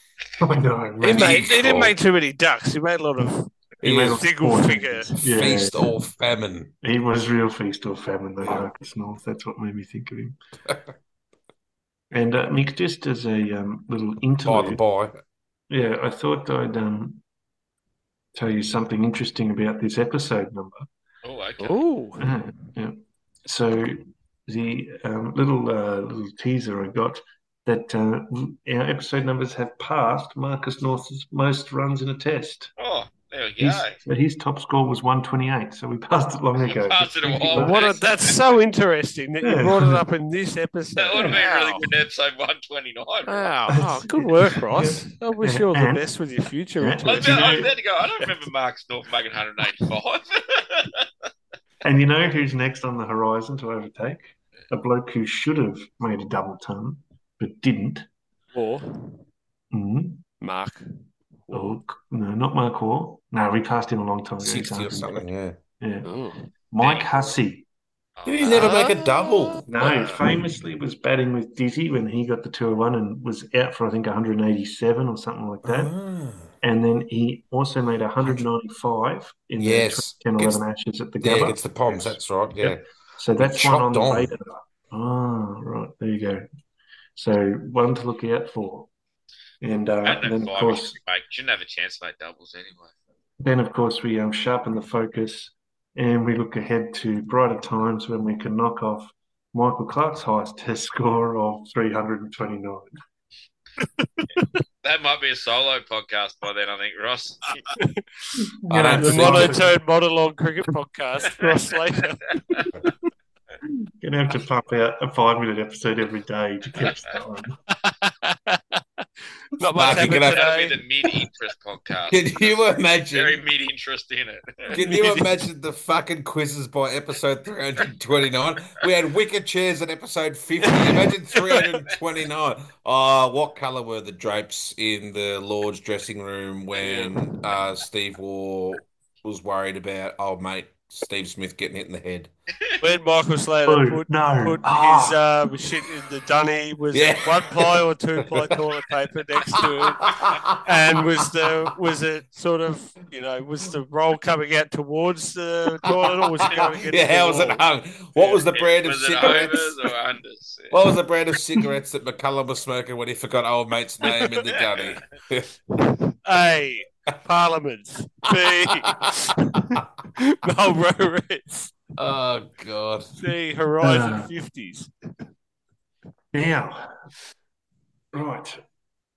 I know. He, right? made, he didn't make too many ducks. He made a lot of He He made was a single fortune. figure. Yeah. feast or famine. He was real feast or famine, though, Marcus North. That's what made me think of him. and uh, Mick, just as a um, Oh, little By the interlude, by. yeah, I thought I'd um, tell you something interesting about this episode number. oh okay. Oh, Uh, yeah. So the um, little uh, little teaser I got that uh, our episode numbers have passed Marcus North's most runs in a test. Oh, there we His, go. so his top score was 128, so we passed it long We ago. passed it a while what a, that's so interesting that you Yeah. brought it up in this episode. That would have been Wow. really good episode 129. Wow. Oh, good work, Ross. I wish you all the And- best with your future. Yeah. I was, endeavours. about, I was about to go. I don't remember Mark Snorf making 185. And you know who's next on the horizon to overtake? A bloke who should have made a double ton but didn't. Or Mm. Mark. Oh, no, not Mark Hoare. No, we passed him a long time ago. 60 or Can't remember. something, yeah. Yeah. Ooh. Mike Hussey. Did he never make a Ah. double? No, famously was batting with Dizzy when he got the 2 1 and was out for, I think, 187 or something like that. Ah. And then he also made 195 in Yes. the 2010 Gets- 11 Ashes at the Yeah, Gabba. against the Poms. That's right. Yeah. So that's one Chopped on the on. radar. Ah, right. There you go. So one to look out for. And, uh, At and then, that five, of he course, should make, shouldn't have a chance to make doubles anyway. then of course we um, sharpen the focus and we look ahead to brighter times when we can knock off Michael Clark's highest test score of 329. That might be a solo podcast by then, I think, Ross. I don't The think- monotone monologue cricket podcast. Ross later. Gonna have to pump out a five-minute episode every day to catch that one. Mark, Not much you're happened gonna have- That'll be today. the mid interest podcast. Can you Very imagine? mid interest in it. Can you imagine the fucking quizzes by episode 329? We had wicker chairs at episode 50. Imagine 329. Oh, what colour were the drapes in the Lord's dressing room when uh, Steve Waugh was worried about old mate Steve Smith getting hit in the head? When Michael Blue, Slater put, Oh, no. put Ah. his um, shit in the dunny was it Yeah. one ply or two ply toilet paper next to it. And was the was it sort of you know was the roll coming out towards the toilet or was it going against yeah, the how was it wall? hung? What was the brand of Was it cigarettes? overs or unders? Yeah. What was the brand of cigarettes that McCullum was smoking when he forgot old mate's name in the dunny? A. Parliament. B. Marlboro Reds. oh God! C. Horizon Uh. Fifties. Now, right,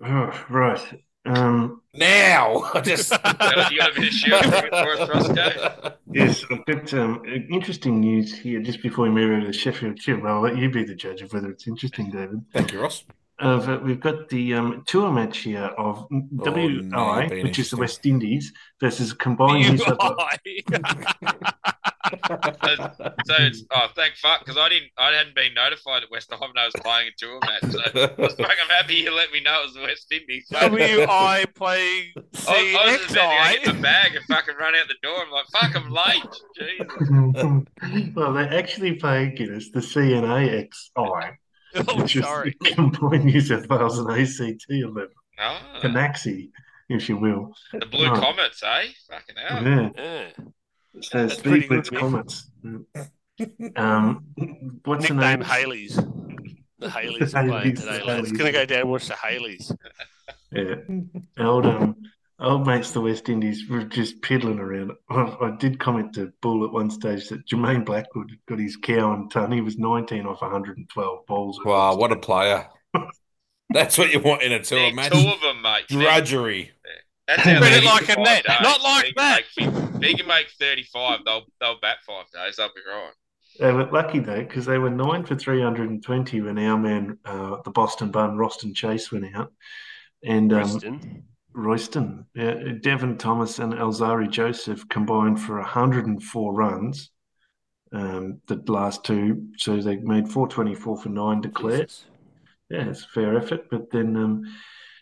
oh, right. Um, Now, I just You got a bit of sharing for us, Roscoe? yes, I've got um, interesting news here just before we move over to Sheffield Chip. I'll let you be the judge of whether it's interesting, David. Thank you, Ross. of uh, we've got the um, tour match here Oh, of no, WI, it'd been which is the interesting. West Indies, versus combined New South Wales. Uh, So it's oh thank fuck because I didn't I hadn't been notified that West Ham was playing a tour match. So fuck, I'm happy you let me know it was the West Indies. Fuck. W I playing C I, I was X just about to go get I. the bag and fucking run out the door. I'm like, fuck, I'm late. Jesus. well, they're actually playing Guinness, the CNAXI, Oh, which is sorry. the combined New South Wales and ACT 11, Ah, Canaxi, if you will. the Blue Right. Comets, eh? Fucking hell. Yeah. Yeah. So That's pretty Steve Blitz good, comments. Mick. Um, what's the Nickname name? Haley's. The Haley's are playing Haleys, the today, lads. Haleys. Gonna go down and watch the Haley's. Yeah. Old um old mates the West Indies were just piddling around. I, I did comment to Bull at one stage that Jermaine Blackwood got his cow on ton. He was 19 off 112 balls. Wow, what a player! That's what you want in a There tour are match. two of them, mate. Drudgery. That's how Read they it like get a five net, days. not like They can that. make- They can make 35. They'll they'll bat five days. They'll be right. They were lucky though, because they were nine for 320 when our man, uh, the Boston bun, Roston Chase, went out. And um, Preston. Royston, yeah, Devon Thomas and Alzari Joseph combined for 104 runs, um, the last two. So they made 424 for nine declared. Jesus. Yeah, it's a fair effort. But then um,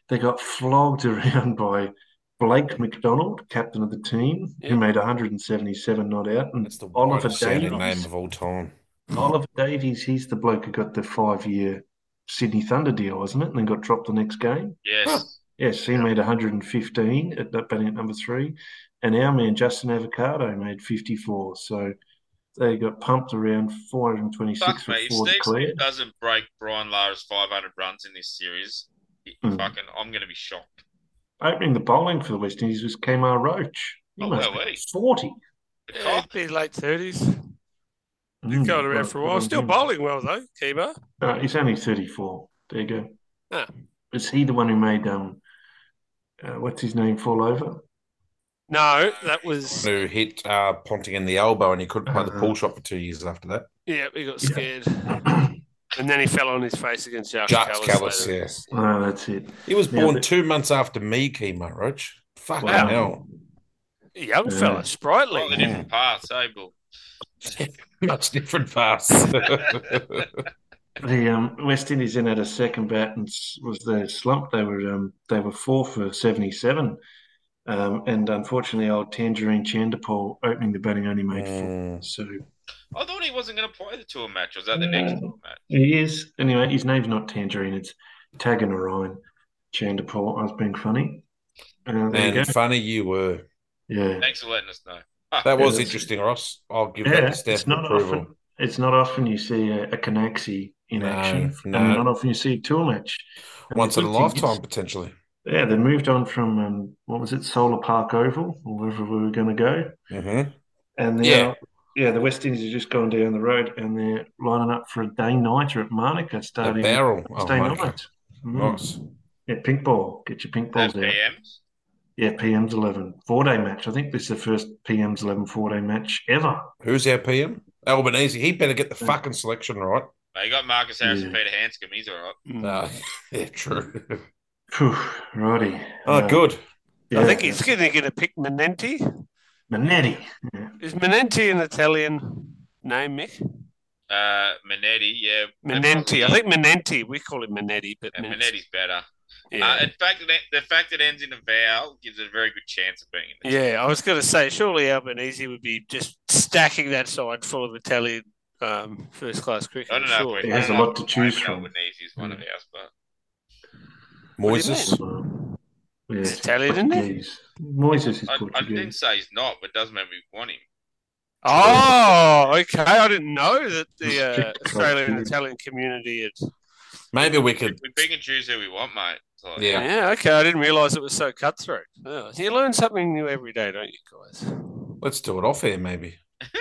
they got flogged around by Blake McDonald, captain of the team, Yeah. who made 177 not out. And That's the Oliver worst sounding name Davies. of all time. Oliver Davies, he's the bloke who got the five year Sydney Thunder deal, wasn't it? And then got dropped the next game. Yes. Yes, he made 115 at that batting at number three. And our man, Justin Avocado, made 54. So they got pumped around 426 Fuck, for mate. If four Steve Smith declared. doesn't break Brian Lara's 500 runs in this series, he- Mm. fucking, I'm going to be shocked. Opening the bowling for the West Indies was Kmart Roach. He Oh, must well, have hey. 40. But Yeah, fuck, it'd be late thirties. Mm, Going well, around for a good while. on Still him. bowling well though, Kima. No, he's only 34. There you go. Ah. Is he the one who made um, uh, what's his name fall over? No, that was Who hit uh, Ponting in the elbow and he couldn't play the Uh-huh. pool shot for two years after that. yeah, we got Yeah. scared. Ah, And then he fell on his face against Josh Jacques Callis. Callis, later. yes. Oh, that's it. He was Yeah, born but- two months after me, Chemo Roach. Fucking Wow. hell. A Young Yeah. fella, sprightly. all the different paths, eh, Bull? Much different pass. The um, West Indies then had a second bat and s- was the slump. They were um, they were four for 77 Um, and unfortunately, old Tangerine Chandapal opening the batting only made four. Mm. So I thought he wasn't going to play the tour match. Was that the next No. tour match? he is. Anyway, his name's not Tangerine, it's Tagan Orion Chandapal. I was being funny. Uh, there And you go. funny you were. Yeah. Thanks for letting us know. That was that's- interesting, Ross. I'll give Yeah, that the stamp it's of not approval. often. It's not often you see a, a Canaxi in No, action, no. and not often you see a tool match. And the Once in a good thing lifetime, is- potentially. yeah, they moved on from um, what was it, Solar Park Oval, or wherever we were going to go, hmm and now, Yeah. yeah, the West Indies have just gone down the road, and they're lining up for a day nighter at Manuka A starting barrel. Oh, Wednesday Monica. night. Mm. Nice. Yeah, pink ball. Get your pink That balls out. PMs. Yeah, PM's 11 four day match. I think this is the first PM's 11 four day match ever. Who's our PM? Albanese. He better get the fucking selection right. They got Marcus Harris and Yeah. Peter Hanscom. He's all right. Mm. Uh, yeah, true. Phew, righty. Oh, Uh, good. I think yeah. he's going to get a pick Menenti. Manetti. Is Menenti an Italian name, Mick? Uh, Minetti, yeah. Menenti. I think Menenti. We call him Menetti, but And Menenti- Minetti's better. Uh, Yeah. in fact, it- the fact it ends in a vowel gives it a very good chance of being in there. yeah, I was going to say, surely Albanese would be just stacking that side full of Italian um, first class cricket. I don't know. surely. if we- It has I don't a know lot if to we blame choose it from. Albanese is one of ours, but What do you Moises. Um, yeah, It's Italian, isn't it? Portuguese. Moises is I, I didn't Portuguese. say he's not, but it doesn't mean we want him. Oh, okay. I didn't know that the uh, Strict Australian and criteria. Italian community had. Maybe we could. We pick and choose who we want, mate. It's like- Yeah. Yeah, okay. I didn't realise it was so cutthroat. Oh, you learn something new every day, don't you guys? Let's do it off air, maybe.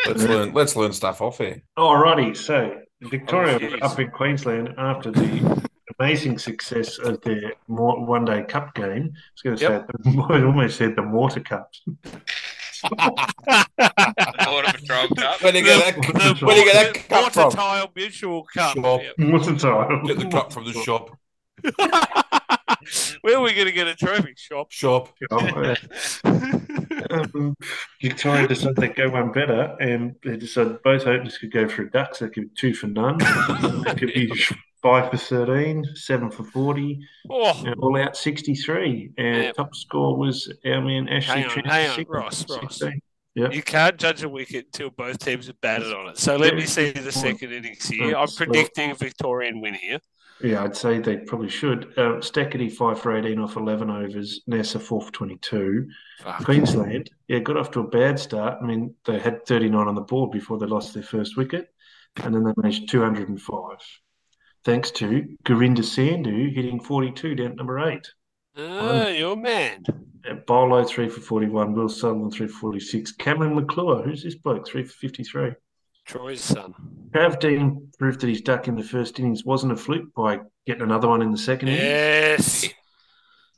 Let's learn. Let's learn stuff off air. Alrighty, Oh, so Victoria Oh, jeez. up in Queensland after the amazing success of their more, one day cup game. I was going to Yep. say, I almost said the Mortar Cup. Border Patrol Cup. Where do you get The- that? the Where do you get that cup Water from? tile mutual cup. Shop. Yep. Mortar time. Get the cup from the shop. Where are we going to get a trophy shop? Shop. Oh, uh, um, Victoria decided they'd go one better, and they decided both openers could go for a duck, so it could be two for none. It could be five for 13, seven for 40, oh, Yeah, all out 63. And Yeah. top score was our man Ashley Hang on, Trent. hang on, six- Ross, Ross. 16. Yep. you can't judge a wicket until both teams have batted on it. So let me see the second innings here. I'm predicting a Victorian win here. Yeah, I'd say they probably should. Uh, Stackety, 5 for 18 off 11 overs. NASA, 4 for 22. Fuck. Queensland, yeah, got off to a bad start. I mean, they had 39 on the board before they lost their first wicket, and then they managed 205. Thanks to Gurinder Sandhu hitting 42 down at number 8. Ah, you're a man. Uh, Bolo, 3 for 41. Will Sutherland, 3 for 46. Cameron McClure, who's this bloke? 3 for 53. Troy's son. Trav Dean proved that his duck in the first innings wasn't a fluke by getting another one in the second innings. Yes.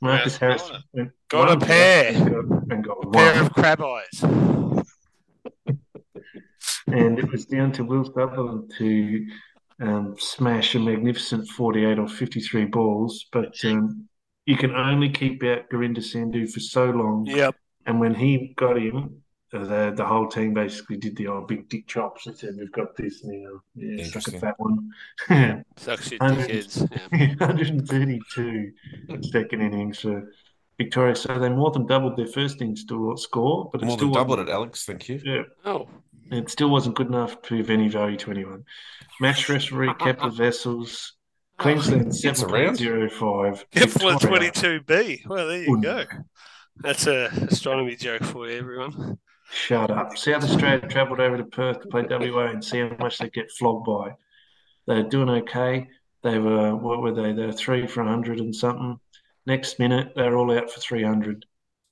Marcus Yeah, Harris I went Got a one pair. and got- and got Pair one. of crab eyes. And it was down to Will Sutherland to um, smash a magnificent 48 or 53 balls. But um, you can only keep out Gurinder Sandhu for so long. Yep. And when he got him, uh, the, the whole team basically did the old big dick chops and said, We've got this now. Yeah, suck Interesting. at that one. Sucks shit, Hundred- kids. Yeah. 132 second innings for Victoria. So they more than doubled their first innings to score, but it More still than doubled wasn't, it, Alex. Thank you. Yeah, Oh, it still wasn't good enough to of any value to anyone. Match referee Kepler Vessels, Queensland It's around. 7.05. Kepler Victoria. 22B. Well, there you Wouldn't. go. That's a astronomy joke for you, everyone. Shut up. South Australia travelled over to Perth to play WA and see how much they get flogged by. They were doing okay. They were, what were they? They were three for 100 and something. Next minute, they were all out for 300.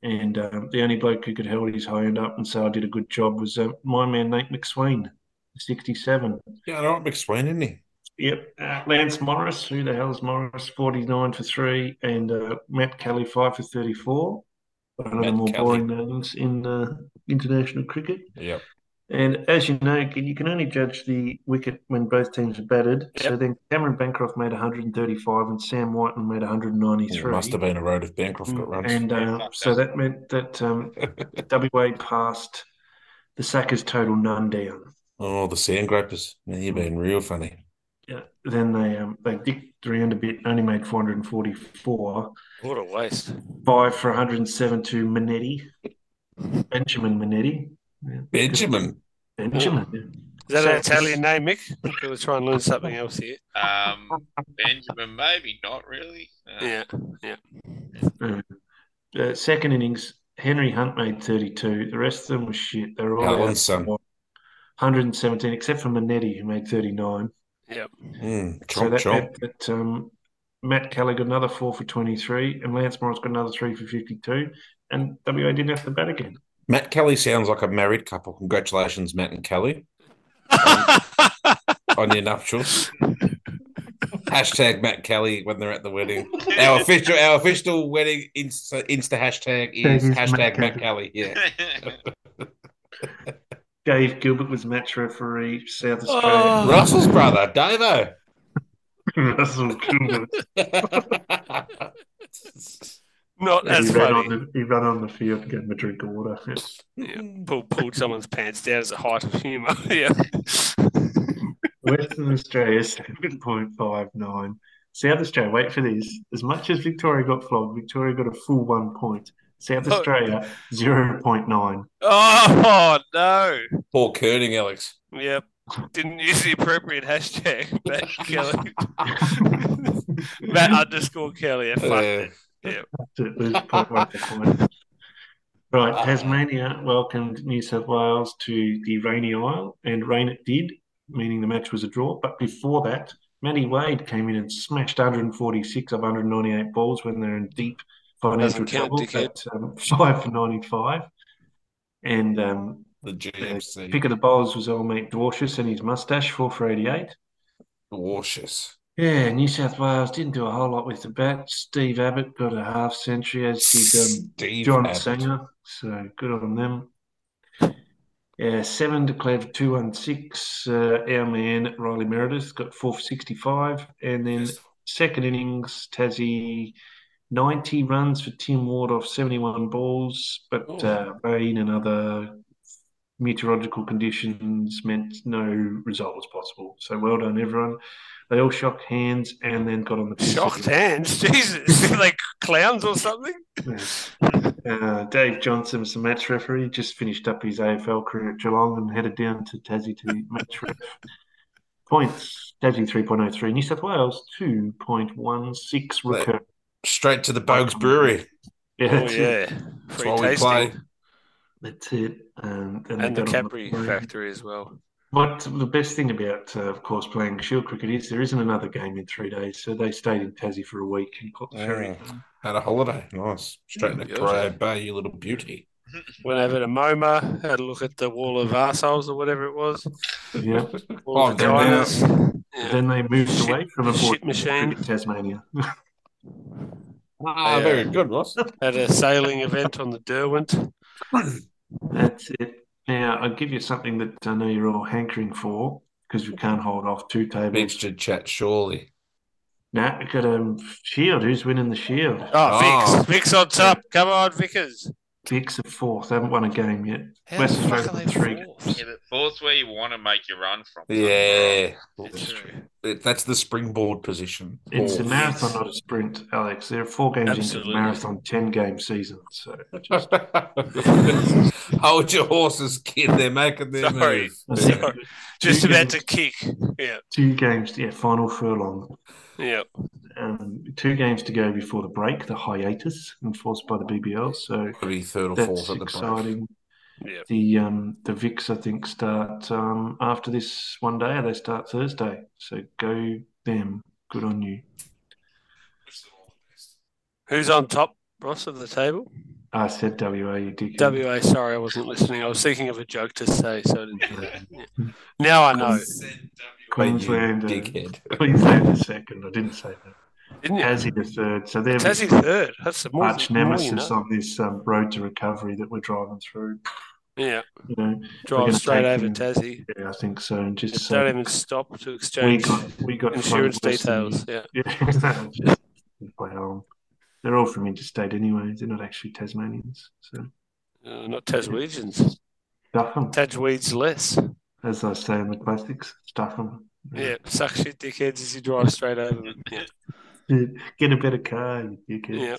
And um, the only bloke who could hold his hand up and say I did a good job was uh, my man, Nate McSween, 67. Yeah, all right, McSwain, isn't he? Yep. Uh, Lance Morris, who the hell's Morris? 49 for three. And uh, Matt Kelly, 5 for 34. One of the Matt more Kelly. boring names in uh, international cricket. Yep. And as you know, you can only judge the wicket when both teams are batted. So then Cameron Bancroft made 135 and Sam Whiten made Yeah, 193. it must have been a road of Bancroft got runs. And uh, so that meant that um, WA passed the Sackers total none down. oh, the sand grapers. Man, you've been real funny. yeah, then they um, they dicked around a bit, only made 444. What a waste. Buy for 107 to Minetti, Benjamin Minetti. Yeah, Benjamin. Benjamin. Is that So- an Italian name, Mick? I'm going to try and learn something else here. Um, Benjamin, maybe not really. Uh, Yeah. Uh, second innings, Henry Hunt made 32. The rest of them were shit. They were all Yeah, out one of some. form. 117, except for Minetti, who made 39. Mm, So chomp, that chomp. meant that um, Matt Keller got another four for 23, and Lance Morris got another three for 52, and WA didn't have to bat again. Matt Kelly sounds like a married couple. Congratulations, Matt and Kelly, on your nuptials. hashtag Matt Kelly when they're at the wedding. Our official, our official wedding insta, insta hashtag is Thank you, hashtag Matt Matt Kelly. Kelly. Yeah, Dave Gilbert was match referee, South Oh. Australia. Russell's brother, Davo. Russell Gilbert. Not he, as ran on funny. the, he ran on the field and gave him a drink of water. Yeah. Pull, pulled someone's pants down as a height of humour. yeah. Western Australia, 7.59. South Australia, wait for this. As much as Victoria got flogged, Victoria got a full one point. South Oh. Australia, 0.9. Oh, no. Poor Kerning, Alex. Yep. Didn't use the appropriate hashtag. Matt Kelly. Matt underscore Kelly. I fucked Uh, it. to lose 0.1 per point. Ah. Right, Tasmania welcomed New South Wales to the Rainy Isle, and rain it did, meaning the match was a draw. But before that, Matty Wade came in and smashed 146 of 198 balls when they're in deep financial Doesn't count, trouble. dickhead. At, um, five for 95, and um, the GMC. pick of the bowlers was old mate Dwarshus and his mustache, four for 88. Cautious. Yeah, New South Wales didn't do a whole lot with the bat. Steve Abbott got a half century, as did um, Steve John Abbott. Sanger. So good on them. Uh, seven declared for 216. Uh, our man, Riley Meredith, got four for 65. And then second innings, Tassie, 90 runs for Tim Ward off 71 balls. But Oh. uh, rain and other meteorological conditions meant no result was possible. So well done, everyone. They all shocked hands and then got on the pitch. Shocked hands. Jesus. Are they clowns or something? Uh, Dave Johnson was the match referee, just finished up his AFL career at Geelong and headed down to Tassie to be match ref. Points Tassie 3.03, New South Wales 2.16 recur. Straight to the Bogues Brewery. Yeah, Oh, that's it. yeah. That's Free why we tasting. play. That's it. Um, they And the got on Capri plane. factory as well. What the best thing about, uh, of course, playing Shield cricket is there isn't another game in three days, so they stayed in Tassie for a week and got the ferry. Mm. Had a holiday. Nice. Straight Mm, into Beautiful. Corio Bay, you little beauty. Went over to MoMA, had a look at the wall of arseholes or whatever it was. Yeah. Wall Oh, of they're now- vaginas. Yeah. Then they moved Shit- away from a shit machine. Tasmania. Ah, Yeah. very good, Ross. Had a sailing event on the Derwent. That's it. Now, I'll give you something that I know you're all hankering for because we can't hold off two tables. Mixture chat, surely. Now, we've got um, Shield. Who's winning the Shield? Oh, Oh. Vix. Vix on top. Come on, Vickers. Vicks are fourth. They haven't won a game yet. How West the fuck Australia are they three. Yeah, fourth? but fourth's where you want to make your run from. Yeah. It's true. It- That's the springboard position. It's a Fourth. marathon, not a sprint, Alex. There are four games into the Absolutely. marathon, 10 game season. So just Hold your horses, kid. They're making their Sorry. move. Sorry. Just You about can- to kick. Yeah. two games, yeah, final furlong. Yeah. Um, two games to go before the break, the hiatus enforced by the BBL. So Probably third or that's fourth at the break. exciting. Yeah. The um the Vicks I think start um after this one day or they start Thursday. So go them. Good on you. Who's on top, Ross, of the table? I said WA you dickhead. WA. Sorry, I wasn't listening. I was thinking of a joke to say, so I didn't do that. Yeah. Now I know. Queensland, uh, You dickhead. Queensland the second. I didn't say that. Didn't you? Tassie the third. So they're Tassie third. That's the more, arch more you nemesis know. on this um, road to recovery that we're driving through. Yeah. You know, Drive gonna straight take over him. Tassie. yeah, I think so. And just Don't say, even stop to we exchange got we got insurance flooded Western details. Yeah. Yeah, exactly. Just- well, they're all from interstate anyway. They're not actually Tasmanians. So Uh, not Taswegians. Duckham. Tajweeds less. as I say in the classics, stuff them. Yeah, suck shit, dickheads, as you drive straight over them. Yeah. Get a better car, you dickheads. Yeah.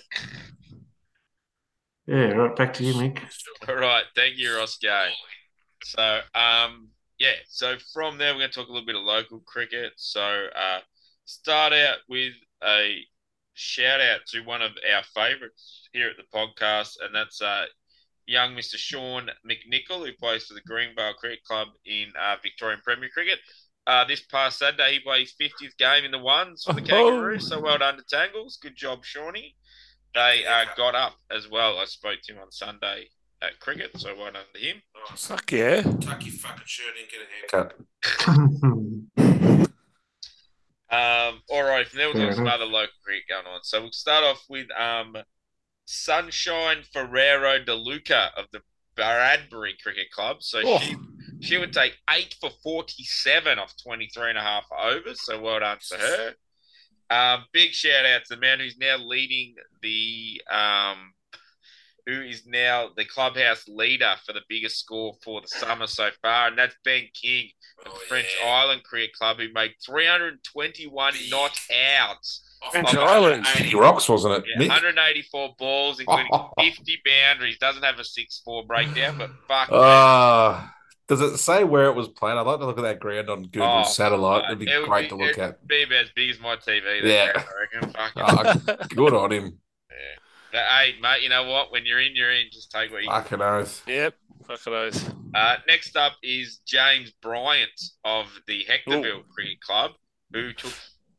Yeah, right. Back to you, Mick. All right. Thank you, Roscoe. So, um, yeah. So from there, we're going to talk a little bit of local cricket. So, uh, start out with a shout out to one of our favourites here at the podcast, and that's uh, young Mr. Sean McNichol, who plays for the Greenvale Cricket Club in uh, Victorian Premier Cricket. Uh, this past Saturday, he played his 50th game in the ones for the Oh. Kangaroos. So well done to Tangles. Good job, Shawnee. They uh, got up as well. I spoke to him on Sunday at cricket, so well done to him. Nice. Fuck yeah. Tuck your fucking shirt in, get a haircut. Um, all right, from there we've got some Mhm. other local cricket going on. So we'll start off with um, Sunshine Ferrero De Luca of the Bradbury Cricket Club. So Oh. she she would take eight for 47 off 23 and a half overs. So well done to her. Um, big shout out to the man who's now leading the um, who is now the clubhouse leader for the biggest score for the summer so far, and that's Ben King of Oh, the French yeah. Island Cricket Club, who made 321 not outs, French Oh, Island. I- 80 rocks, wasn't it? yeah, 184 balls, Oh. including 50 boundaries. Doesn't have a 6-4 breakdown, but fuck. Uh, does it say where it was played? I'd like to look at that ground on Google Oh, Satellite. It'd be it would great be- to it- look at. be about as big as my TV. That Yeah. ground, I reckon. Fuck it. Ah, good on him. Yeah. But, hey, mate, you know what? When you're in, you're in. Just take what you can. Fucking oath. yep. Fuck those. Uh, next up is James Bryant of the Hectorville Cricket Club, who took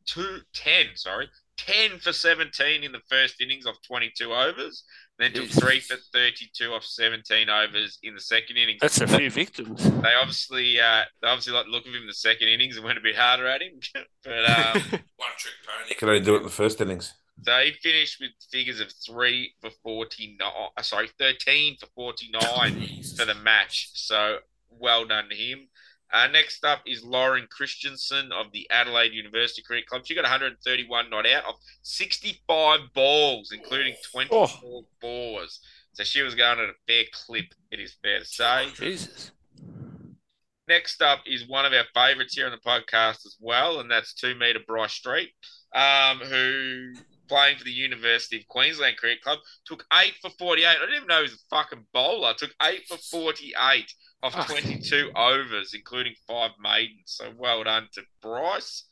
two, 10, sorry, 10 for 17 in the first innings off 22 overs, then took Jeez. 3 for 32 off 17 overs in the second innings. That's a few victims. They obviously uh, they obviously like the look of him in the second innings and went a bit harder at him. but um, One trick pony. He could only do it in the first innings. so he finished with figures of 3 for 49, uh, sorry, 13 for 49 for the match. So well done to him. Uh, next up is Lauren Christensen of the Adelaide University Cricket Club. She got 131 not out of 65 balls, including 24 balls. So she was going at a fair clip, it is fair to say. Jesus. Next up is one of our favorites here on the podcast as well, and that's two meter Bryce Street, um, who playing for the University of Queensland Cricket Club took eight for forty eight. I didn't even know he was a fucking bowler. Took eight for forty eight off Fuck. twenty two overs, including five maidens. So well done to Bryce.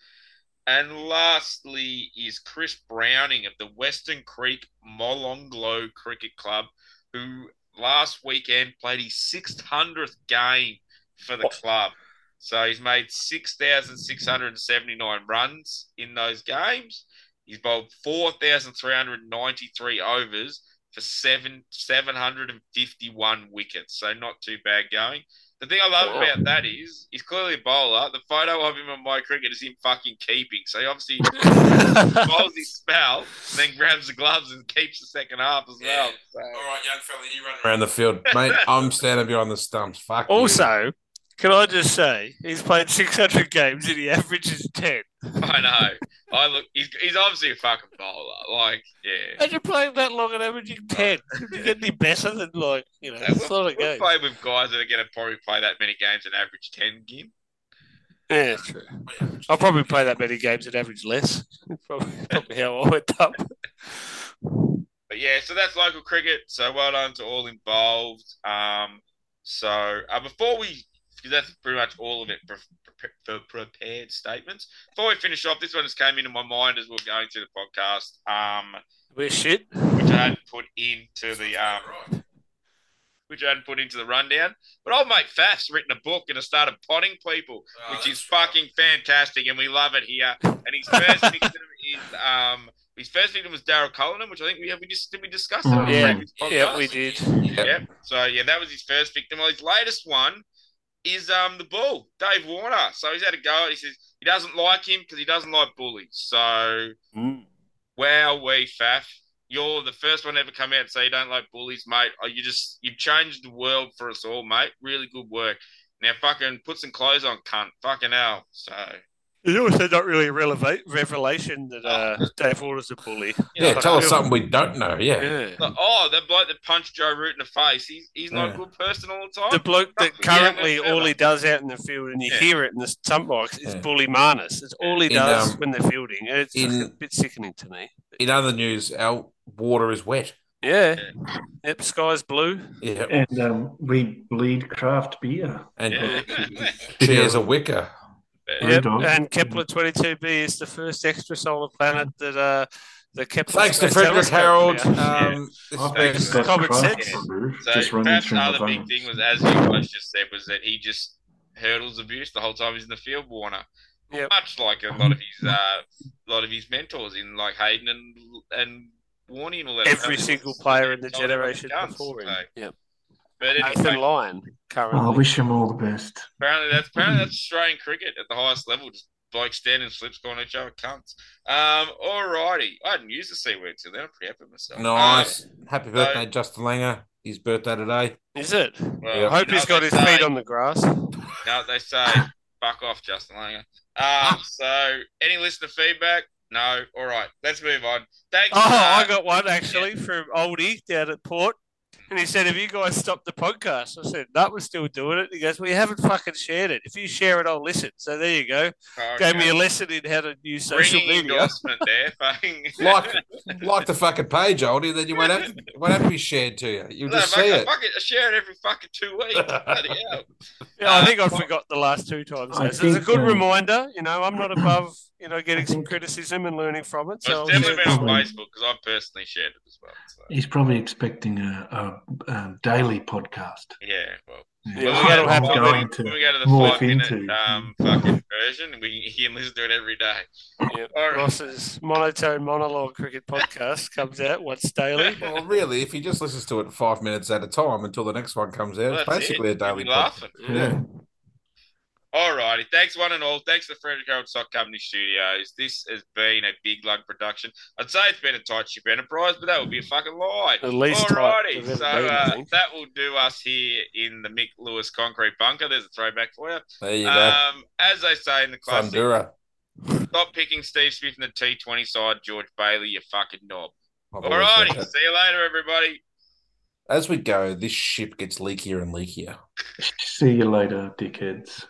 And lastly is Chris Browning of the Western Creek Molonglo Cricket Club, who last weekend played his 600th game for the club. So he's made 6,679 runs in those games. He's bowled 4,393 overs for seven 751 wickets. So not too bad going. The thing I love Wow. about that is he's clearly a bowler. The photo of him on my cricket is him fucking keeping. So he obviously bowls his spell, and then grabs the gloves and keeps the second half as well. So, right, young fella, you run around the field. Mate, I'm standing behind the stumps. Fuck you. Also, can I just say he's played 600 games and he averages 10. I know. I look. He's, he's obviously a fucking bowler. Like, yeah. Imagine playing that long and averaging 10. Did you get any better than, like, you know, Yeah, it's not We'll a game. play with guys that are going to probably play that many games and average 10 game. Yeah, true. I'll probably play that many games and average less. Probably, probably how I went up. But yeah, so that's local cricket. So well done to all involved. Um, so uh, before we, because that's pretty much all of it for, for prepared statements. Before we finish off, this one just came into my mind as we were going through the podcast, um, We're shit. which I hadn't put into the um, which I hadn't put into the rundown. But old mate Faf's written a book and has started potting people. which is fucking fantastic, and we love it here. And his first victim is um his first victim was Daryl Cullinan, which I think we have we just did we discuss it. on the Yeah. previous podcast? Yeah, we did. Yep. So yeah, that was his first victim. Well, his latest one is um the bull, Dave Warner. So he's had a go. He says he doesn't like him because he doesn't like bullies. So Mm. wow, we faff. You're the first one to ever come out and say you don't like bullies, mate. Oh, You just you've changed the world for us all, mate. Really good work. Now fucking put some clothes on, cunt. Fucking hell. So It's also not really a releva- revelation that uh, Dave Warner's a bully. Yeah, Fuck tell us you. something we don't know. Yeah. Yeah. Like, oh, that bloke that punched Joe Root in the face, he's, he's not Yeah. a good person all the time. The bloke that Yeah, currently that's all better. he does out in the field, and you Yeah. hear it in the stump box, is Yeah. bully Marnus. It's all he In, does um, when they're fielding. and It's in- fucking a bit sickening to me. In other news, our water is wet. Yeah. Yep, sky's blue. Yeah. And um, we bleed craft beer. And Yeah. chairs are wicker. Yeah. Yep. Bulldog. And Kepler 22b is the first extrasolar planet that uh, the Kepler. Thanks to Space Frederick Telescope Harold. found. Um, this has I've been- just got Common craft sense. brew So just running perhaps through the my other big veins. thing was, as you guys just said, was that he just hurdles abuse the whole time he's in the field, Warner. Yep. Much like a lot of Um, his, uh, lot of his mentors in like Hayden and and Warney and all that. Every single player in the Told everyone to generation guns, before him. so- Yep. But Nathan anyway, Lyon, currently. Oh, I wish him all the best. apparently that's apparently that's Australian cricket at the highest level. Just like standing slips calling each other cunts. Um, alrighty. I hadn't used the C word till then. I'm pretty happy with myself. Um, Nice. Happy so- birthday, Justin Langer. His birthday today. Is it? Oh, well, Yeah. I hope you know he's got they his feet say- on the grass. No, they say fuck off, Justin Langer. Um, Ah. so any listener feedback? No. All right, let's move on. Thanks. Oh, uh, I got one actually from Oldie down at Port. And he said, Have you guys stopped the podcast? I said, No, we're still doing it. He goes, Well, you haven't fucking shared it. If you share it, I'll listen. So there you go. oh, Gave me a lesson in how to use social ringing media. endorsement there. fucking- Like, like the fucking page, Oldie. Then you won't have to, won't have to be shared to you. You'll No, just fuck see it, it. fuck it, I share it every fucking two weeks. Bloody hell. Yeah, I think I forgot the last two times. I though. So it's a think, good um, reminder. You know, I'm not above, you know, getting I some think- criticism and learning from it. So Well, I'll it's definitely share it been on so- Facebook because I personally shared it as well. So. He's probably expecting a, a, um daily podcast. Yeah, well, Yeah, when well, we get that'll have to when go we- into when we go to the more five minute into- um, fucking version, we he can listen to it every day. Yep. All right. Ross's monotone monologue cricket podcast comes out once daily. Well, really, if he just listens to it five minutes at a time until the next one comes out, Well, it's that's it. basically a You'll daily be laughing. podcast. Yeah. All righty. Thanks, one and all. Thanks to Frederick Harold Sock Company Studios. This has been a big lug production. I'd say it's been a tight ship enterprise, but that would be a fucking lie. The least tight Alrighty, they've ever so been, I uh, think. that will do us here in the Mick Lewis Concrete Bunker. There's a throwback for you. There you go. Um, as they say in the classic, Fundura. stop picking Steve Smith in the T20 side, George Bailey, you fucking knob. I've always said Alrighty, that. see you later, everybody. As we go, this ship gets leakier and leakier. See you later, dickheads.